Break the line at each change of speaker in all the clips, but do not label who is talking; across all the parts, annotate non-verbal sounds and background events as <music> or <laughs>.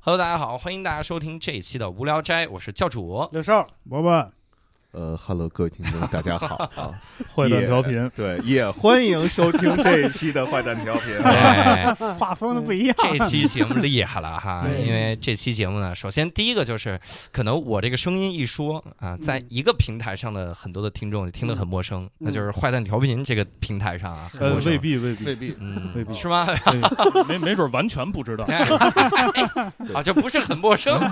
Hello，大家好，欢迎大家收听这一期的无聊斋，我是教
<laughs>
主。。
刘少
伯伯，
呃哈喽，各位听众，大家好啊！
坏蛋调频，
对，也欢迎收听这一期的坏蛋调 <laughs> 频
哎，
嗯
画风都不一样。
这期节目厉害了哈，
对
因为这期节目呢，首先第一个就是，可能我这个声音一说啊，
嗯
在一个平台上的很多的听众就听得很陌生，那就是坏蛋调频这个平台上啊，很
嗯呃
陌，生
未，必，未必，
未必，
未
嗯，
必
是吗？
对没没准完全不知 <laughs>
<laughs>
道。
哎啊，这不是很陌生。 <laughs>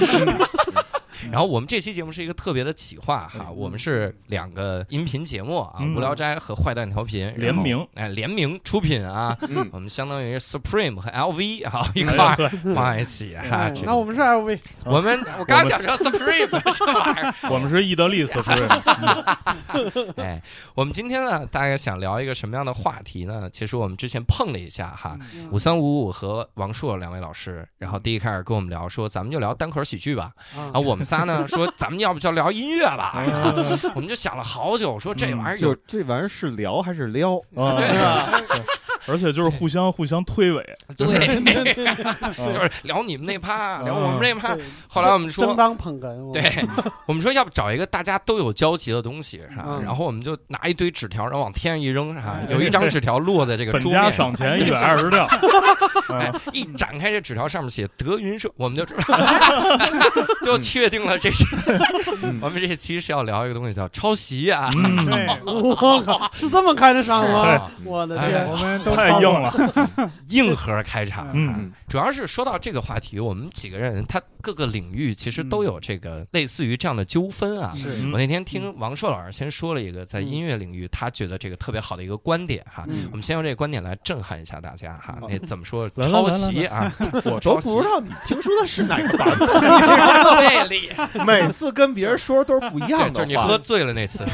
然后我们这期节目是一个特别的企划哈，我们是两个音频节目啊，
嗯
无聊斋》和《坏蛋调频》
联名
然后，哎，联名出品啊，
嗯，
我们相当于 Supreme 和 LV 啊一块儿放在一起哈
哎。
这
那我们是 LV，
我们我刚想说 Supreme 这玩意儿，
我们是意大利斯夫人，
哎，我们今天呢，大概想聊一个什么样的话题呢？其实我们之前碰了一下哈，
嗯
五三五五和王硕两位老师，然后第一开始跟我们聊说，咱们就聊单口喜剧吧。
啊
啊，我们仨 <laughs> 呢说，咱们要不就聊音乐吧？我们就想了好久，说这玩意儿
就
有
这玩意儿是聊还是撩？
啊
对
<laughs> 而且就是互相互相推诿，
<laughs> 对，嗯
就
就是聊你们那趴，
啊
聊我们这趴
对。
后来我们
正
说，
当捧哏，我
对，我们说要不找一个大家都有交集的东西，是吧？
嗯
然后我们就拿一堆纸条，然后往天上一扔，是吧
哎？
有一张纸条落在这个
本
桌
家
面
赏
上，
钱一百二十两，
哎，一展开这纸条上面写德云社，我们就 <laughs> 就确定了这是我们这期是要聊一个东西叫抄袭啊。
嗯， <laughs>
对，
<laughs> 我靠，是这么开的场
是
吗
啊？
我的
哎
天，
我们都
太
超
硬
过了，
了，
硬核开场，
<laughs>
嗯，
主要是说到这个话题，我们几个人他各个领域其实都有这个类似于这样的纠纷啊。
是
嗯
我那天听王硕老师先说了一个在音乐领域他觉得这个特别好的一个观点哈，
嗯
我们先用这个观点来震撼一下大家哈
好。
那怎么说
来来
抄袭啊？
我都不知道你听说的是哪个版
<laughs> 最厉害，
本， <laughs> 每次跟别人说都是不一
对，
样的。
就是你
<laughs>
喝，醉了那次，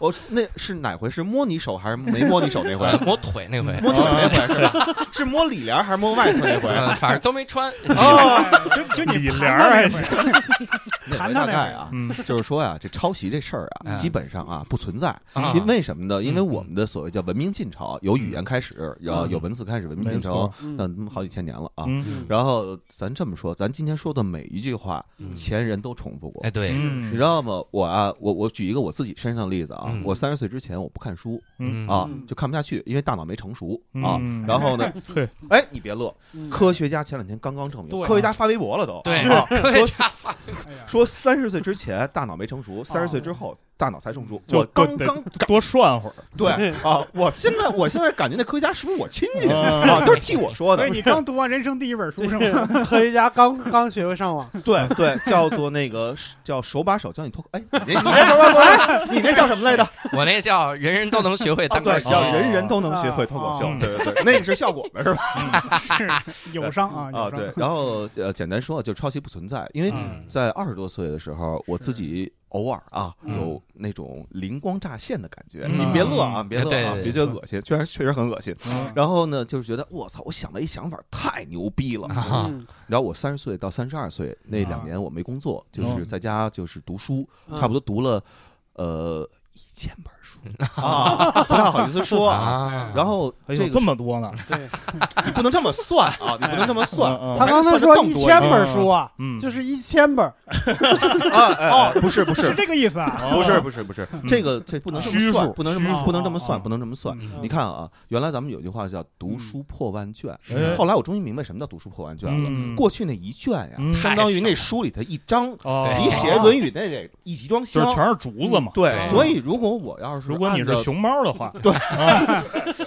我那是哪回？是摸你手还是没摸你手
<laughs>
那回？
摸腿那回，
摸腿那回是吧？是摸里帘还是摸外侧
<laughs>
那回？
嗯，反正都没穿。
哦，
就就
李
你
莲
盘他
儿还
那
行
会，
那回
谈
大
谈那
概
回
啊，
嗯，
就是说呀，这抄袭这事儿啊，
嗯
基本上啊不存在。
<laughs> 啊
因为什么呢？因为
嗯
我们的所谓叫文明进程，有语言开始，然后有文字开始，文明
没
进程
错，，
嗯
嗯，好几千年了啊。
嗯，
然后咱这么说，咱今天说的每一句话，
嗯
前人都重复过
哎，。对，
嗯，
你知道吗？我啊，我我举一个我自己身上的例子啊
嗯，
我三十岁之前我不看书
嗯
啊
嗯，
就看不下去，因为大脑没成熟啊
嗯。
然后呢
嘿，
哎，你别乐，
嗯
科学家前两天刚刚证明，
对
科学家发微博了都，
对 <laughs>
啊说
哎呀
说三十岁之前大脑没成熟，三十岁之后大脑才成熟。
就
我刚
得
刚
多涮会儿，
<laughs> 对啊，我现在我现在感觉那科学家是不是我亲戚
啊
嗯
啊？都是替我说
所
的
以。你刚读完人生第一本书
这
是
是
吗？
科学家刚刚学会上网，
<laughs> 对对，叫做那个叫手把手教你脱。哎，你这你这等会儿等会儿，你那叫什么来着？
我那叫人人都能学会
啊，
单口
<laughs> 对，
喜
啊
剧
叫人人都能学会脱口秀
啊。
对对对，那个是效果的是吧？
是友商啊，
啊，
友
对
商。。
然后呃，简单说，就抄袭不存在，因为
嗯
在二十多岁的时候，我自己。偶尔啊，
嗯
有那种灵光乍现的感觉，
嗯
你别乐啊，别乐啊，
对对对
别觉得恶心，虽然确实很恶心。
<laughs> 嗯
然后呢，就是觉得我操，我想到一想法太牛逼了，
啊，
嗯
然后我三十岁到三十二岁那两年我没工作，
哦
就是在家就是读书，
嗯
差不多读了呃一千本书啊，不太好意思说啊。
啊
然后
哎
这
呦，
个
这么多呢，
对
你不能这么算 <laughs> 啊，你不能这么算
嗯嗯。
他刚才说一千本书啊，
嗯， <laughs>
就是一千本，
啊，哎哎不是不
是
是
这个意思啊，
哦
不是不是不是，这个这不能这
嗯虚
么
数
算，不能这
虚
么
数
不能这么
哦
算，不能这么算。
嗯
你看啊，原来咱们有句话叫“读书破万卷
哎”，
后来我终于明白什么叫“读书破万卷”了。
嗯
过去那一卷呀
嗯，
相当于那书里头一章，
哦，
你写《论语》那得一集装
就是
箱，
全是竹子嘛，哦
对
对，
所以如果我要是
如果
按
你是
照
熊猫的话，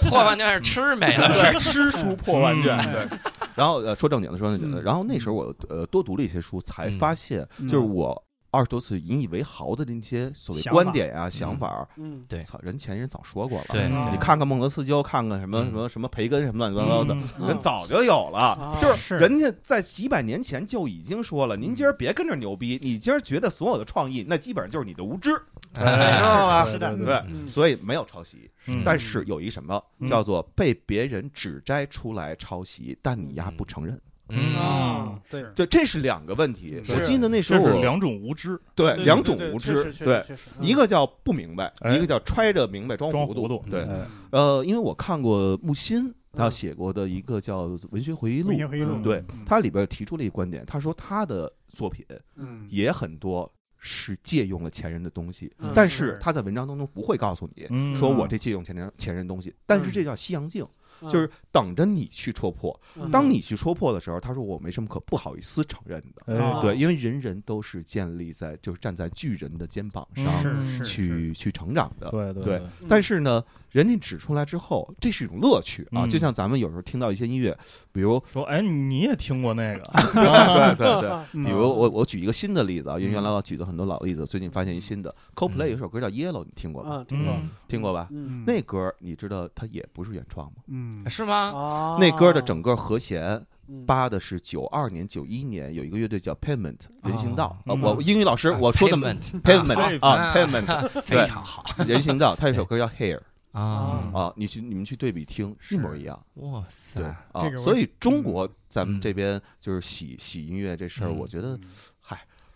破万卷是吃 <laughs> 没
<laughs>
了，
对吃书破万卷，
嗯
对。然后呃，说正经的，说正经的，
嗯
然后那时候我呃多读了一些书，才
嗯
发现
嗯
就是我二十多岁引以为豪的那些所谓
想
观
法
点啊、想法儿，
嗯，
对
操，人前人早说过了。
对
嗯
你看看孟德斯鸠，看看什么
嗯
什么什么培根什么乱七八糟的，
嗯
<laughs> 人早就有了
啊。
就是
是
人家在几百年前就已经说了，您今儿
嗯
别跟着牛逼，你今儿觉得所有的创意，那基本上就是你的无知，
哎
嗯知道吧？
是的
对对，
嗯
所以没有抄袭。
嗯
但是有一什么
嗯
叫做被别人指摘出来抄袭，但你丫不承认，
嗯，
啊，
对
是
对，这是两个问题。
是
我记得那时
这
候
是
我
两种无知，
对
对
两种
对
无
确实
知，
确实
对，
确实
一个叫不明白，
哎
一个叫揣着明白装
装
嗯
糊
糊涂
对，
哎
呃，因为我看过木心他写过的一个叫《文学回忆录
文学》，回忆录，
对
嗯，
他里边提出了一个观点，他说他的作品
嗯
也很多是借用了前人的东西
嗯，
但
是
是他在文章当中不会告诉你。
嗯
说我这借用前人前人东西，但是这叫西洋镜，就是等着你去戳破。
嗯
当你去戳破的时候，他说我没什么可不好意思承认的。
哎
啊
对，因为人人都是建立在就是站在巨人的肩膀上
嗯
是是
去去成长的。
对
啊对
对，
嗯
但是呢，人家指出来之后，这是一种乐趣啊，
嗯
就像咱们有时候听到一些音乐，比如啊
说哎，你也听过那个
对对对，
嗯
比
比
如我我举一个新的例子啊，因为
嗯
原来我举的很多老例子，最近发现一新的，Coldplay 有首歌叫 Yellow，你听过吧？
嗯，听过，
嗯
听过吧？
嗯
那歌你知道它也不是原创吗？
嗯
是吗？
啊，
那歌的整个和弦
嗯
扒的是九二年、九一年有一个乐队叫 Pavement 人行道啊，
嗯
我英语老师我说的
Pavement
Pavement 啊
啊
Pavement
非常好
人行道，它有首歌叫 Hair
啊！
啊，你去你们去对比听一模一样。
哇塞
对，
这
啊，
个我
所以中国咱们
嗯
这边就是洗洗音乐这事儿，
嗯
我觉得
嗯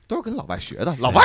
都是跟老外学的，老外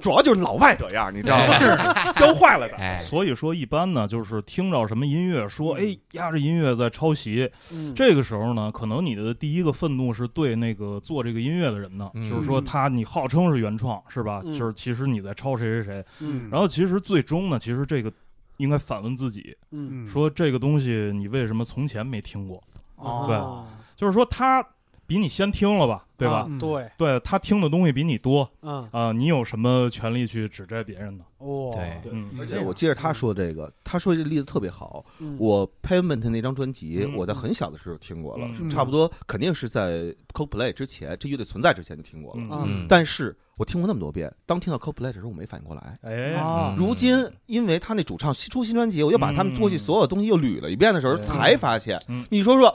主要就是老外这样，你知道吧？ <laughs> 教坏了的。
哎，
所以说，一般呢，就是听着什么音乐，说哎呀，这音乐在抄袭。
嗯
这个时候呢，可能你的第一个愤怒是对那个做这个音乐的人呢，
嗯
就是说他你号称是原创，是吧？
嗯
就是其实你在抄谁谁谁。
嗯
然后其实最终呢，其实这个应该反问自己，
嗯
嗯
说这个东西你为什么从前没听过？
哦
就是说他比你先听了吧，对
啊
吧？
对，
对他听的东西比你多
嗯
啊、你有什么权利去指摘别人呢？
哇，
对
嗯，
而且我接着他说这个，他说这例子特别好。
嗯
我 Pavement 那张专辑，
嗯
我在很小的时候听过了，
嗯
差不多肯定是在 Coldplay 之前，这乐队存在之前就听过了。
嗯
啊
嗯
但是我听过那么多遍，当听到 Coldplay 的时候，我没反应过来。
哎，
嗯
啊
如今，因为他那主唱出新专辑，我又把他们过去所有东西又捋了一遍的时候，
嗯
才发现
嗯。
你说说，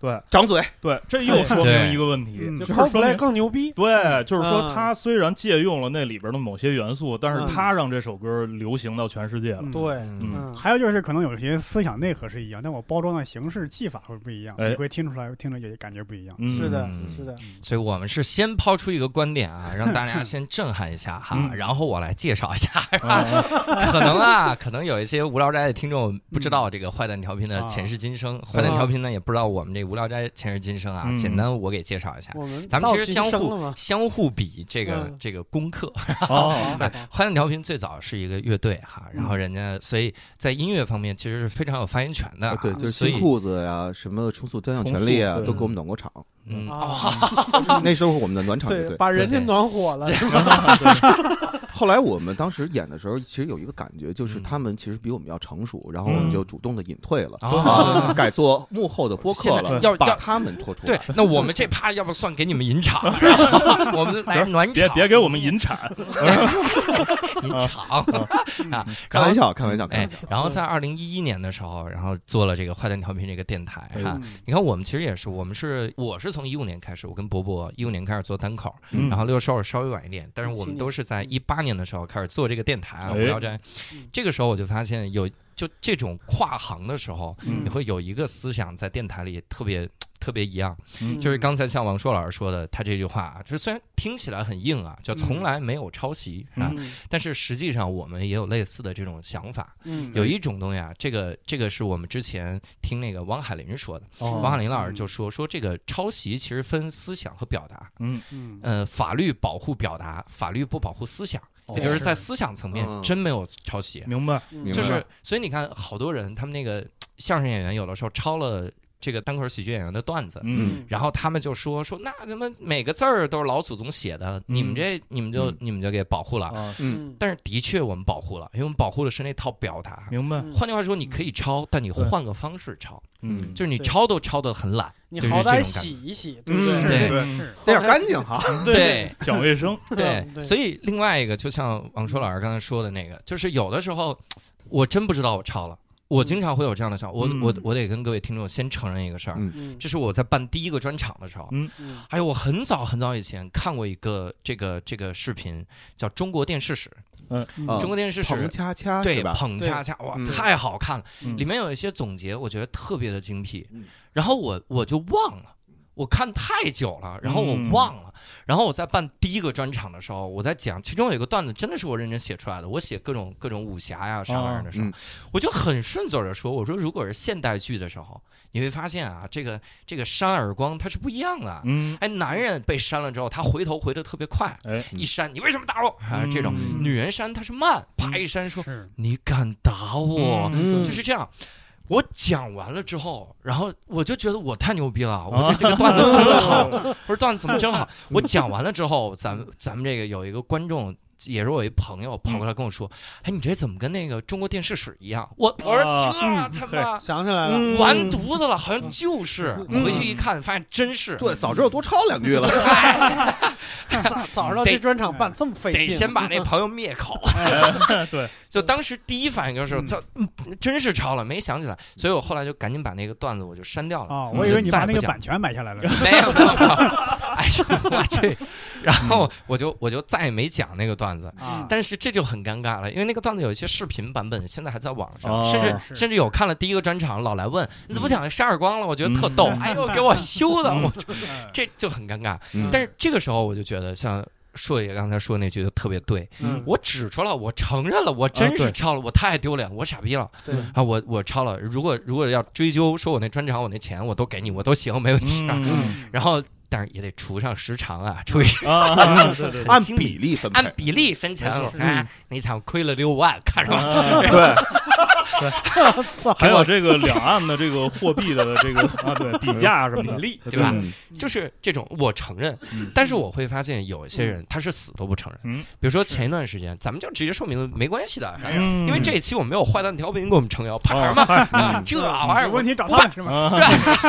对
掌嘴，
对，这又说明
对
一个问题，
嗯
就
就是靠
说
谱来
明
更牛逼，
对，就是说
嗯
他虽然借用了那里边的某些元素，但
嗯
是他让这首歌流行到全世界了。
嗯
对，
嗯
嗯
还有就是，可能有些思想内核是一样，但我包装的形式、技法会不一样，
哎
你会听出来，听着也感觉不一样。
嗯
是的
嗯，
是的，
所以我们是先抛出一个观点啊，让大家先震撼一下哈，
嗯
然后我来介绍一下。
啊
可能啊，可能有一些无聊斋的听众不知道这个坏蛋调频的前世今生，坏蛋调频呢也不知道我们这无聊斋前世今生啊。
嗯
简单我给介绍一下，
我们
咱们
到
其实
今
相
生
互
了吗？
相互比这个、
嗯
这个功课。 <laughs>
哦，
坏蛋调频最早是一个乐队哈，然后人家所以在音乐方面其实是非常有发言权的、啊
啊对，就是
所以
新裤子呀，什么重塑专项权利啊，
重塑对
都给我们暖过场。
嗯，
啊， <laughs>
那时候我们的暖场乐
对，
队，
把人家
对
暖火
<laughs>
了，是吧
后来我们当时演的时候，其实有一个感觉，就是
嗯
他们其实比我们要成熟，然后我们
嗯
就主动的隐退了，
啊 <laughs>
啊改做幕后的播客
现在
了，
要
把
要
他们拖出
对
来。，
那我们这趴要不算给你们引场，我们来暖场，
别别给我们引产，
引场。
开玩笑，开玩笑，开
啊哎
玩笑。，
然后在二零一一年的时候，然后做了这个坏蛋调频这个电台
哎
哈。你看，我们其实也是，我们是我是从一五年开始，我跟博博一五年开始做单口，
嗯
然后六兽稍微晚一点，但是我
17
们
年
都是在一八年的时候开始做这个电台啊，
哎
无聊斋
嗯。
这个时候我就发现有就这种跨行的时候，
嗯
你会有一个思想在电台里特别特别一样，
嗯
就是刚才像王硕老师说的，他这句话，就是虽然听起来很硬啊，叫从来没有抄袭啊，
嗯
但是实际上我们也有类似的这种想法。
嗯
有一种东西啊，这个这个是我们之前听那个王海林说的，
哦
王海林老师就说说这个抄袭其实分思想和表达，
嗯，
嗯
呃，法律保护表达，法律不保护思想，
哦
也就是在思想层面
嗯
真没有抄袭，
明白，
明
就
白
是所以你看好多人他们那个相声演员有的时候抄了这个单口喜剧演员的段子。
嗯，
然后他们就说说那他妈每个字儿都是老祖宗写的，你们这你们就、
嗯
你们就给保护了。
啊，
嗯，
但是的确我们保护了，因为我们保护的是那套表达。
明白，嗯
嗯
换句话说，你可以抄，但你
对
换个方式抄，
嗯，
就是你
对
抄都抄的很懒，
你
就是
好
这种
歹
感
洗一洗，对不
嗯
对？
对
对
是
哎
得点干净哈。
对
嗯讲卫生，
<laughs> 嗯
对
对
所以另外一个，就像王硕老师刚才说的那个，就是有的时候我真不知道我抄了，我经常会有这样的想法，我
嗯
我我得跟各位听众先承认一个事儿
嗯，
嗯
这是我在办第一个专场的时候
嗯。
嗯
哎呦，我很早很早以前看过一个这个这个视频，叫《中国电视史》。
啊
嗯中国电视史
彭恰恰
对
是吧？
捧恰恰，哇，
嗯
太好看了！
嗯
里面有一些总结，我觉得特别的精辟
嗯。
然后我我就忘了，我看太久了，然后我忘了。然后我在办第一个专场的时候，我在讲，其中有一个段子真的是我认真写出来的。我写各种各种武侠呀啥玩意儿的时候，
嗯
我就很顺嘴的说，我说如果是现代剧的时候，你会发现啊，这个这个扇耳光它是不一样的。
嗯，
哎，男人被扇了之后，他回头回的特别快，
哎，
一扇你为什么打我啊？这种
嗯
女人扇她是慢，啪一扇说 <laughs>
是
你敢打我，
嗯
就是这样。我讲完了之后，然后我就觉得我太牛逼了，我这这个段子真好，
<laughs>
我说段子怎么真好？我讲完了之后，咱们咱们这个有一个观众。也是我一朋友跑过来跟我说：“哎，你这怎么跟那个中国电视史一样？”我我说
啊
这他妈
想起来了，
嗯
完犊子了，好像就是
嗯
回去一看，发现真是
对，早知道多抄两句
<laughs>
了。
<laughs>
早早知道
得
这专场办这么费
得
劲， <laughs>
先把那朋友灭口。啊
对，
<laughs> 就当时第一反应就是，
嗯
这嗯真是抄了，没想起来，所以我后来就赶紧把那个段子我就删掉了。
啊，我以为你
嗯再
把
也不
那个
讲
版权买下
<laughs>
来了。
没有，没有没有哎呦我去！然
嗯
后我就我就再也没讲那个段子。
啊，
但是这就很尴尬了，因为那个段子有一些视频版本，现在还在网上，
哦
甚至
是
甚至有看了第一个专场，老来问你怎么讲扇耳光了，我觉得特逗，
嗯
哎呦给我羞的，
嗯
我就这就很尴尬。
嗯
但是这个时候我就觉得，像硕爷刚才说那句就特别对，
嗯
我指出了，我承认了，我真是
啊对
抄了，我太丢脸，我傻逼了
对
啊！我我抄了，如果如果要追究说我那专场我那钱我都给你，我都行，没问题啊。
嗯
然后但是也得除上时长啊，除以
啊，对对对，
嗯按比例分
按
配，
比例分成
没错
啊，那场亏了六万，看着吧。
啊
对，嗯
操，
还有这个两岸的这个货币的
<laughs>
这个啊，对比价什么的，
比例
对
对吧？
嗯
就是这种，我承认
嗯，
但是我会发现有一些人他是死都不承认。
嗯
比如说前一段时间，咱们就直接说明了，没关系的，
嗯
哎因为这一期我没有坏蛋调频给我们撑腰，怕什
啊
么
嗨
啊？这
嗯
玩意儿
有问题找他
不
们是吧？
啊，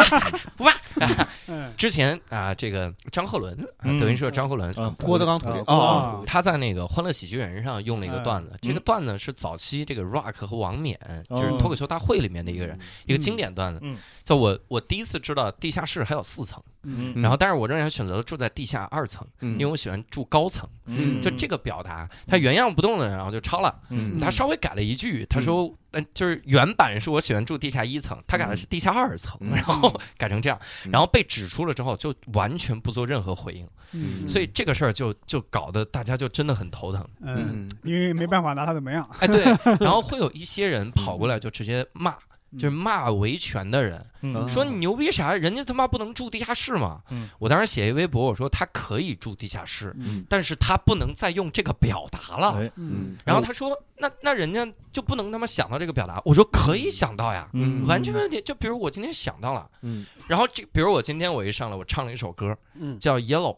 <laughs> 不怕。啊 <laughs>
嗯，
之前啊，这个张鹤伦，啊
嗯
德云社张鹤伦，
啊
郭德纲徒弟
啊
啊，
啊，
他在那个《欢乐喜剧人》上用了一
嗯
个段子，这个段子是早期这个 Rock 和王冕，
哦
就是脱口秀大会里面的一个人，一个经典段子
嗯。
就我我第一次知道地下室还有四层，
嗯
然后但是我仍然选择了住在地下二层，
因
因为我喜欢住高层。
嗯
就这个表达，他原样不动的，然后就抄了。
嗯
他稍微改了一句，他说，嗯，就是原版是我喜欢住地下一层，他改的是地下二层，
嗯
然后改成这样，
嗯
然后被指出了之后，就完全不做任何回应。
嗯
所以这个事儿就就搞得大家就真的很头疼。
嗯，因为没办法拿他怎么样，
哎，对，然后会有一些人跑过来就直接骂，就是骂维权的人，
嗯
说你牛逼啥？人家他妈不能住地下室嘛
嗯！
我当时写一微博，我说他可以住地下室
嗯，
但是他不能再用这个表达了。
哎
嗯，
然后他说，那那人家就不能他妈想到这个表达。我说可以想到呀，
嗯
完全没问题。就比如我今天想到了，
嗯
然后这比如我今天我一上来我唱了一首歌
嗯
叫
<laughs>
Yellow，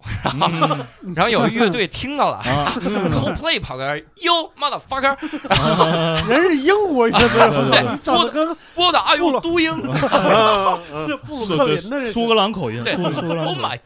嗯
然后有一乐队听到了。 <laughs>
啊，
Coldplay 跑过来，Yo motherfucker，
人是英国乐
对
队，
对对
你长得跟
我的哎 Are you doing？啊
是布鲁克林的
苏
人，
苏格兰口音，
对
苏苏格兰口
Oh
音
my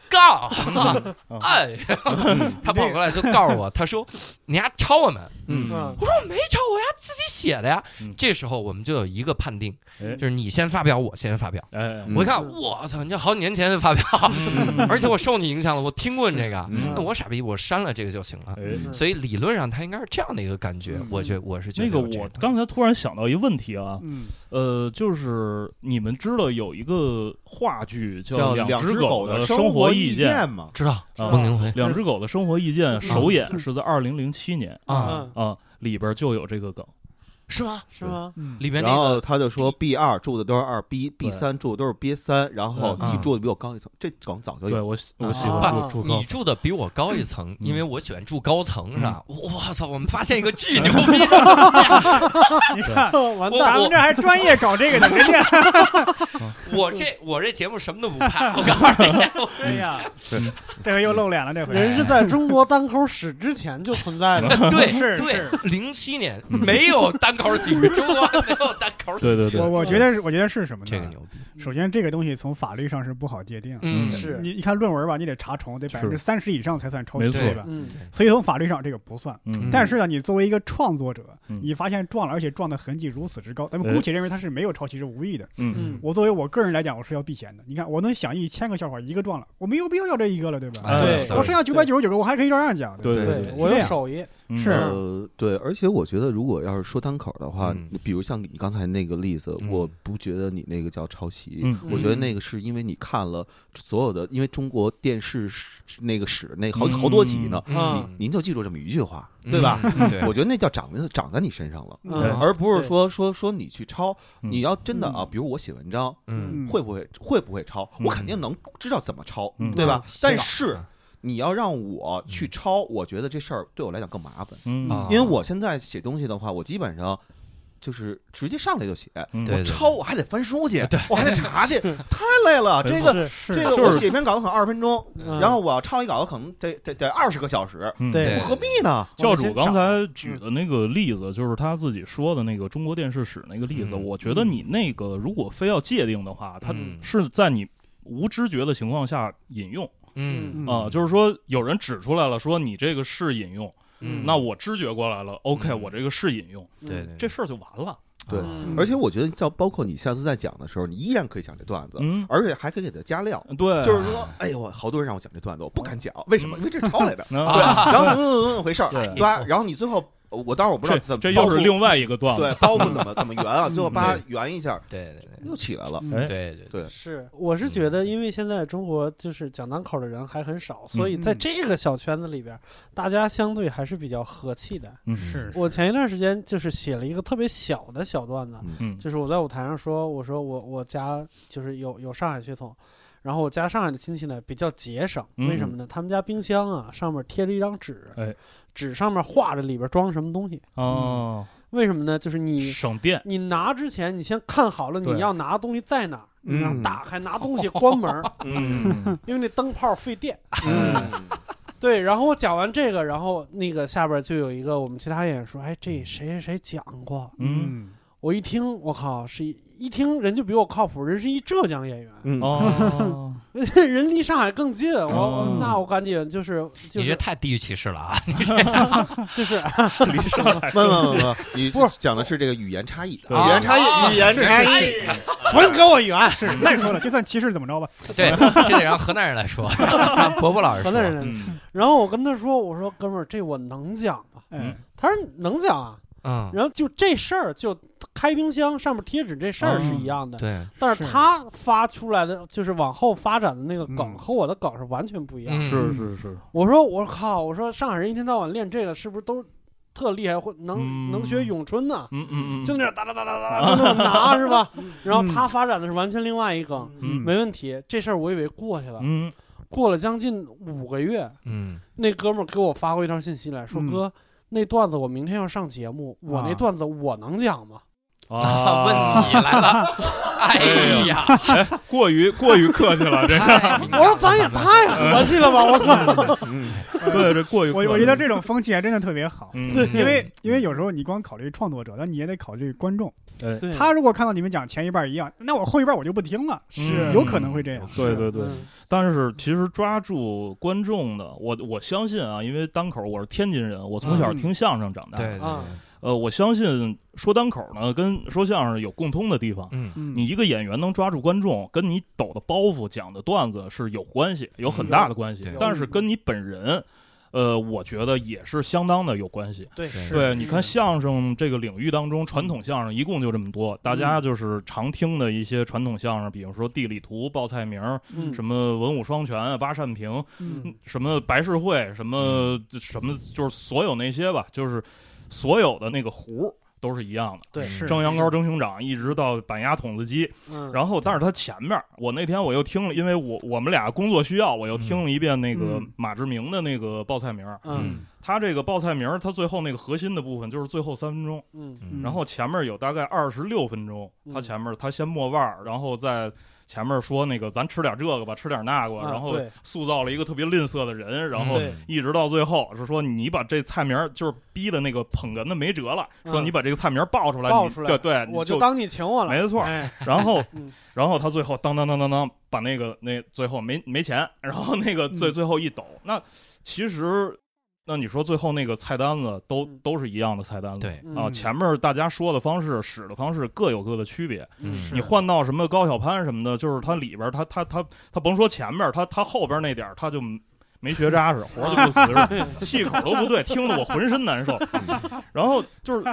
god！哎，
<laughs>
他跑过来就告诉我，他说你还抄我们？
嗯
嗯，
我说我没抄，我呀自己写的呀
嗯。
这时候我们就有一个判定，
哎
就是你先发表，我先发表。
哎，
嗯
我一看，我操，你这好几年前就发表，
嗯
<laughs> 而且我受你影响了，我听过你这个。
嗯
那我傻逼，我删了这嗯个就行了。
哎。
所以理论上他应该是这样的一个感觉
嗯，
我觉我是觉
那
得
个
有这
我
样的
刚才突然想到一问题啊，
嗯，
呃，就是你们知道有一个话剧
叫
《两
只
狗
的
生
活
意见》
见嘛，
知道
啊
孟京辉
两只狗的生活意
嗯
见首演是在二零零七年
啊，
嗯，
啊，里边就有这个梗。
是吗？
是吗？
嗯
里边
然
那
后
个
他就说 B 二住的都是二 B，B 三住的都是 B 三，然后
嗯
你住的比我高一层，这梗早就
对
有。
我喜我喜
啊
欢
啊
住住
你
高，
住的比我高一层，因为我喜欢住高层，是吧？我操，我们发现一个巨牛逼的东西啊！
你看。
我
完蛋，
咱们这还专业搞这个的，人家
我这我这节目什么都不怕，我告诉你，
<laughs>
哎呀，这回又露脸了，这回
人是在中国单口史之前就存在的，
对
是
对
是，
零七年没有单口喜剧，中国 <laughs> 没有单口喜剧，啊
对对
我
对，
我觉得是，我觉得是什么
这个
呢？
牛逼，
首先，这个东西从法律上是不好界定。
嗯
是
你一看论文吧，你得查重，得
是
百分之三十以上才算抄
没
袭，
错
对吧？
嗯，
所以从法律上这个不算。
嗯，
但是呢，你作为一个创作者，
嗯
你发现撞了，而且撞的痕迹如此之高，咱
哎
们姑且认为他是没有抄袭，是无意的。
嗯
我作为我个人来讲，我是要避嫌的。你看，我能想一千个笑话，一个撞了，我没有必要要这一个了，对吧？
哎
对
对
我剩下九百九十九个，我还可以照样讲。吧
对
对
对，
我有手艺，
嗯
是啊
呃，对，而且我觉得，如果要是说单口的话，
嗯
比如像你刚才那个例子，
嗯
我不觉得你那个叫抄袭，
嗯
我觉得那个是因为你看了所有的，因为中国电视史那个史那好好多集呢，
嗯
您就记住这么一句话，
嗯
对吧？？
嗯对
我觉得那叫长长在你身上了。
嗯
对
而不是
对
说说说你去抄，
嗯
你要真的啊，
嗯
比如我写文章，
嗯，
嗯
会不会会不会抄？
嗯
我肯定能知道怎么抄，
嗯
对吧
嗯？
但
是
是
啊
你要让我去抄，我觉得这事儿对我来讲更麻烦，
嗯
啊
因为我现在写东西的话，我基本上就是直接上来就写，
嗯
对
我抄啊我还得翻书去，我还得查去，太累
啊
了。这个
是
是
这个
就是
我写一篇稿子可能二十分钟，
嗯
然后我要抄一稿子可能得得得二十个小时，
嗯
对
我何必呢？
教主刚才举的那个例子，就是他自己说的那个中国电视史那个例子。
嗯
我觉得你那个如果非要界定的话，它
嗯
是在你无知觉的情况下引用
嗯
嗯
啊、就是说有人指出来了，说你这个是引用，
嗯，
那我知觉过来了，OK，
嗯
我这个是引用，
嗯
对对
这事儿就完了。
对
嗯
啊
而且我觉得，叫包括你下次再讲的时候，你依然可以讲这段子，
嗯，
而且还可以给它加料。
对，
就是说，哎呦，好多人让我讲这段子，我不敢讲，为什么？因为这是抄来
<laughs>
的。
嗯
对，然后怎么怎么怎么回事儿？
对
对吧，然后你最后，呃我当然我不知道
这
怎么
这又
包袱
是另外一个段子。
对包袱怎么怎么圆啊，最后叭
嗯
圆一下
对对对
又起来了。
嗯
哎
对对
对，
是，我是觉得，因为现在中国就是讲单口的人还很少，所以在这个小圈子里边，大家相对还是比较和气的。
嗯，
是
我前一段时间就是写了一个特别小的小段子，
嗯，
就是我在舞台上说，我说我我家就是有有上海血统，然后我家上海的亲戚呢比较节省，
嗯
为什么呢？他们家冰箱啊上面贴着一张纸，
哎
纸上面画着里边装什么东西，
哦，
为什么呢？就是你
省电，
你拿之前你先看好了
对
你要拿的东西在哪儿，
嗯
然后打开拿东西关门，
<laughs> 嗯，
因为那灯泡费电。
嗯，
对，然后我讲完这个，然后那个下边就有一个我们其他演员说：“哎，这谁谁谁讲过。
嗯，
嗯，”
我一听，我靠，是一一听人就比我靠谱，人是一浙江演员，
嗯
哦，
<laughs> 人离上海更近。我、
哦
那我赶紧就是就
你这
是
太地域歧视了啊！
就是
离上 <laughs>
<laughs>
海
问问问问，
<laughs>
你
不
讲的是这个语言差异，语
对
言差
啊
异，语言哦差
是
异，
滚给我远，
是再说了，这算歧视怎么着吧？
对，这得让河南人来说，伯伯老师
河
说，
南人。
嗯
然后我跟他说：“我说哥们儿，这我能讲吗
嗯，？”
他说：“能讲啊。”
嗯，
然后就这事儿，就开冰箱上面贴纸这事儿是一样的，
嗯对，
但是
是
他发出来的就是往后发展的那个梗
嗯
和我的梗是完全不一样的。
嗯
是是是，
我说我靠，我说上海人一天到晚练这个是不是都特厉害，或能、
嗯
能学咏春呢？
嗯嗯嗯，
就那样哒哒哒哒
<laughs>
哒哒就那么拿是吧？然后他发展的是完全另外一梗，
嗯
没问题。这事儿我以为过去了，
嗯
过了将近五个月，
嗯
那哥们儿给我发过一条信息来说、
嗯
哥。那段子我明天要上节目，我那
啊
段子我能讲吗？
<laughs>
啊，
问你来了，哎呀，
过于过于客气了，这
哎
<laughs> 我说咱也太和
嗯
气了吧！我操，
对这过于
我我觉得这种风气还真的特别好，
嗯
对
因为因为有时候你光考虑创作者，那你也得考虑观众。
对
他如果看到你们讲前一半一样，那我后一半我就不听
嗯
了，
嗯
是
有可能会这样。
对对对，
嗯
但是其实抓住观众的，我我相信啊，因为单口我是天津人，我从小听相声长大，
嗯对对对，
呃，我相信说单口呢跟说相声有共通的地方。
嗯
嗯，
你一个演员能抓住观众，跟你抖的包袱、讲的段子是有关系，有很大的关系
嗯对，
但是跟你本人，呃，我觉得也是相当的有关系。
对
对
对，你看相声这个领域当中，传统相声一共就这么多，大
嗯
家就是常听的一些传统相声，比如说地理图、报菜名儿，
嗯
什么文武双全啊、八扇屏，
嗯
嗯
什么白事会，什么什么，就是所有那些吧，就是所有的那个糊儿都是一样的。
对
是
蒸羊羔、蒸熊掌，一直到板鸭、筒子鸡，
嗯，
然后但是它前面儿，我那天我又听了，因为我我们俩工作需要，我又听了一遍那个
嗯
马志明的那个报菜名儿，
嗯
他这个报菜名儿，他最后那个核心的部分就是最后三分钟，
嗯
嗯
然后前面有大概二十六分钟，他
嗯
前面他先抹腕儿，然后在前面说那个咱吃点这个吧，吃点那个吧，
啊
然后
对嗯
塑造了一个特别吝啬的人，然后
对
一直到最后是说你把这菜名儿就是逼的那个捧哏的没辙了，说
嗯
你把这个菜名儿报出来，
报
你
出来
对对，你
我
就
就当你请我了，
没错儿，
哎，
然后
<laughs> 嗯，
然后他最后当当当当当把那个那最后没没钱，然后那个最
嗯
最后一抖，那其实那你说最后那个菜单子都
嗯
都是一样的菜单子，
对，
嗯
啊，前面大家说的方式、使的方式各有各的区别。
嗯
你换到什么高晓攀什么的，就是它里边儿它它它它甭说前面儿，它它后边儿那点儿它就没学扎实，活儿就不瓷实，气口都不对，听得我浑身难受。然后就是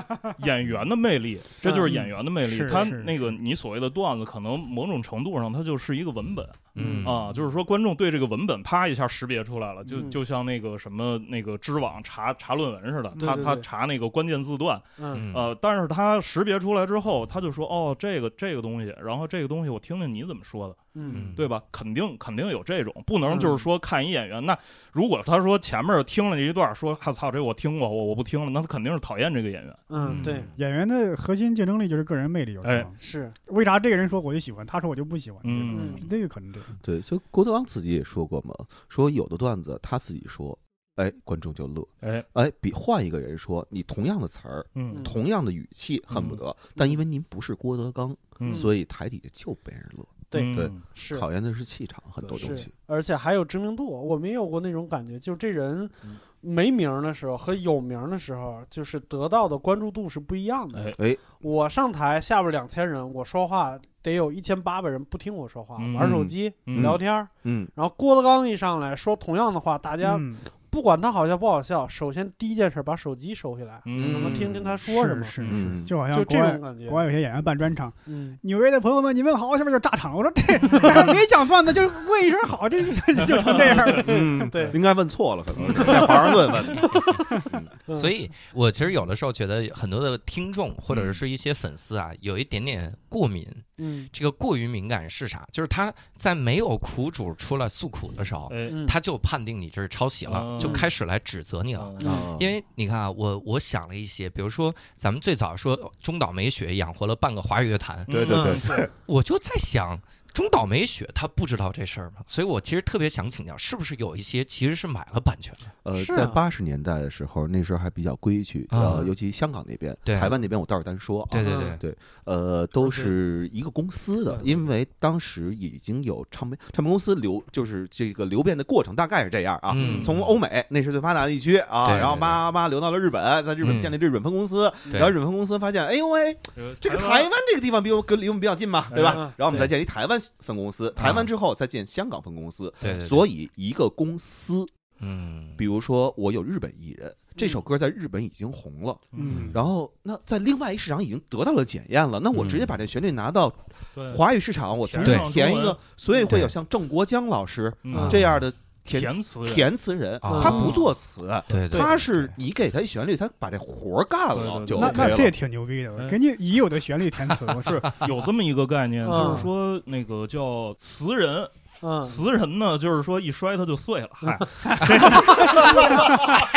演员的魅力，这就是演员的魅力。
嗯是
他
是
那个你所谓的段子，可能某种程度上它就是一个文本
嗯
啊，就是说观众对这个文本啪一下识别出来了，就
嗯
就像那个什么那个知网查查论文似的，
对
他
对
他
对
查那个关键字段，
嗯
嗯
呃，但是他识别出来之后，他就说哦，这个这个东西，然后这个东西我听听你怎么说的，
嗯
对吧？肯定肯定有这种，不能
嗯
就是说看一演员，那如果他说前面听了一段，说我操，这我听过，我我不听了，那他肯定是讨厌这个演员。
嗯，对，
演员的核心竞争力就是个人魅力，有时候
哎
是，
为啥这个人说我就喜欢，他说我就不喜欢？
嗯
这个可能这样。
对，就郭德纲自己也说过嘛，说有的段子他自己说，哎，观众就乐，
哎，
哎，比换一个人说，你同样的词儿，
嗯
嗯
同样的语气，恨不得，但因为您不是郭德纲，
嗯
所以台底下就被人乐。
对
嗯
对
是
考验的是气场，很多东
是
西。，
而且还有知名度。我们也有过那种感觉，就是这人
嗯
没名儿的时候和有名儿的时候，就是得到的关注度是不一样的。
哎
哎，
我上台，下边两千人，我说话得有一千八百人不听我说话，
嗯
玩手机、
嗯
聊天儿。
嗯，
然后郭德纲一上来说同样的话，大家
嗯，
不管他好笑不好笑，首先第一件事把手机收起来，
嗯
我们听听他说什么。
是是是，
嗯
就好像
就
国
这
外
种感觉
国，外有些演员办专场，
嗯，
纽约的朋友们，你们好，下面就炸场了。我说这这还没讲段子，就问一声好，就就就成这样了。
嗯，
对
应该问错了，可能是在华盛
<laughs>
顿问的。
嗯
所以，我其实有的时候觉得很多的听众或者是一些粉丝啊，有一点点过敏。
嗯
这个过于敏感是啥？就是他在没有苦主出来诉苦的时候，
哎，
嗯，
他就判定你这是抄袭了，
嗯
就开始来指责你了。
嗯
嗯
啊
因为你看啊，我我想了一些，比如说咱们最早说中岛美雪养活了半个华语乐坛，
对对
嗯
对，
我就在想。中岛美雪她不知道这事儿吗？所以我其实特别想请教，是不是有一些其实是买了版权的？
呃，
是
在
啊
八十年代的时候，那时候还比较规矩，
啊
呃，尤其香港那边，
对
台湾那边我倒是单说啊，
对嗯对
嗯
对，
呃，都是一个公司的，
对
因为当时已经有唱片唱片公司流，就是这个流变的过程大概是这样啊。
嗯
从欧美那是最发达的地区啊，
对
然后
对
妈妈流到了日本，在日
嗯
本建立日本分公司，
对
然后日本分公司发现，哎呦喂，这个台湾这个地方比我跟离我们比较近嘛，对吧
嗯？
然后我们再建立台湾分公司，台湾之后再建香港分公司。
对对对，
所以一个公司，
嗯，
比如说我有日本艺人，这首歌在日本已经红了，
嗯，
然后那在另外一市场已经得到了检验了，那我直接把这旋律拿到
对
华语市场，我重
对
新填一个，所以会有
对
像郑国江老师
嗯
这样的填
填词人
填词人，
啊
他不作词，
对对，
他是你给他一旋律，他把这活儿干了
对对对
就
那
OK
那这
了。
挺牛逼的，
嗯
给你已有的旋律填词，我
是
是
有这么一个概念，
嗯
就是说那个叫词人，
嗯，
词人呢，就是说一摔它就碎了。嗨，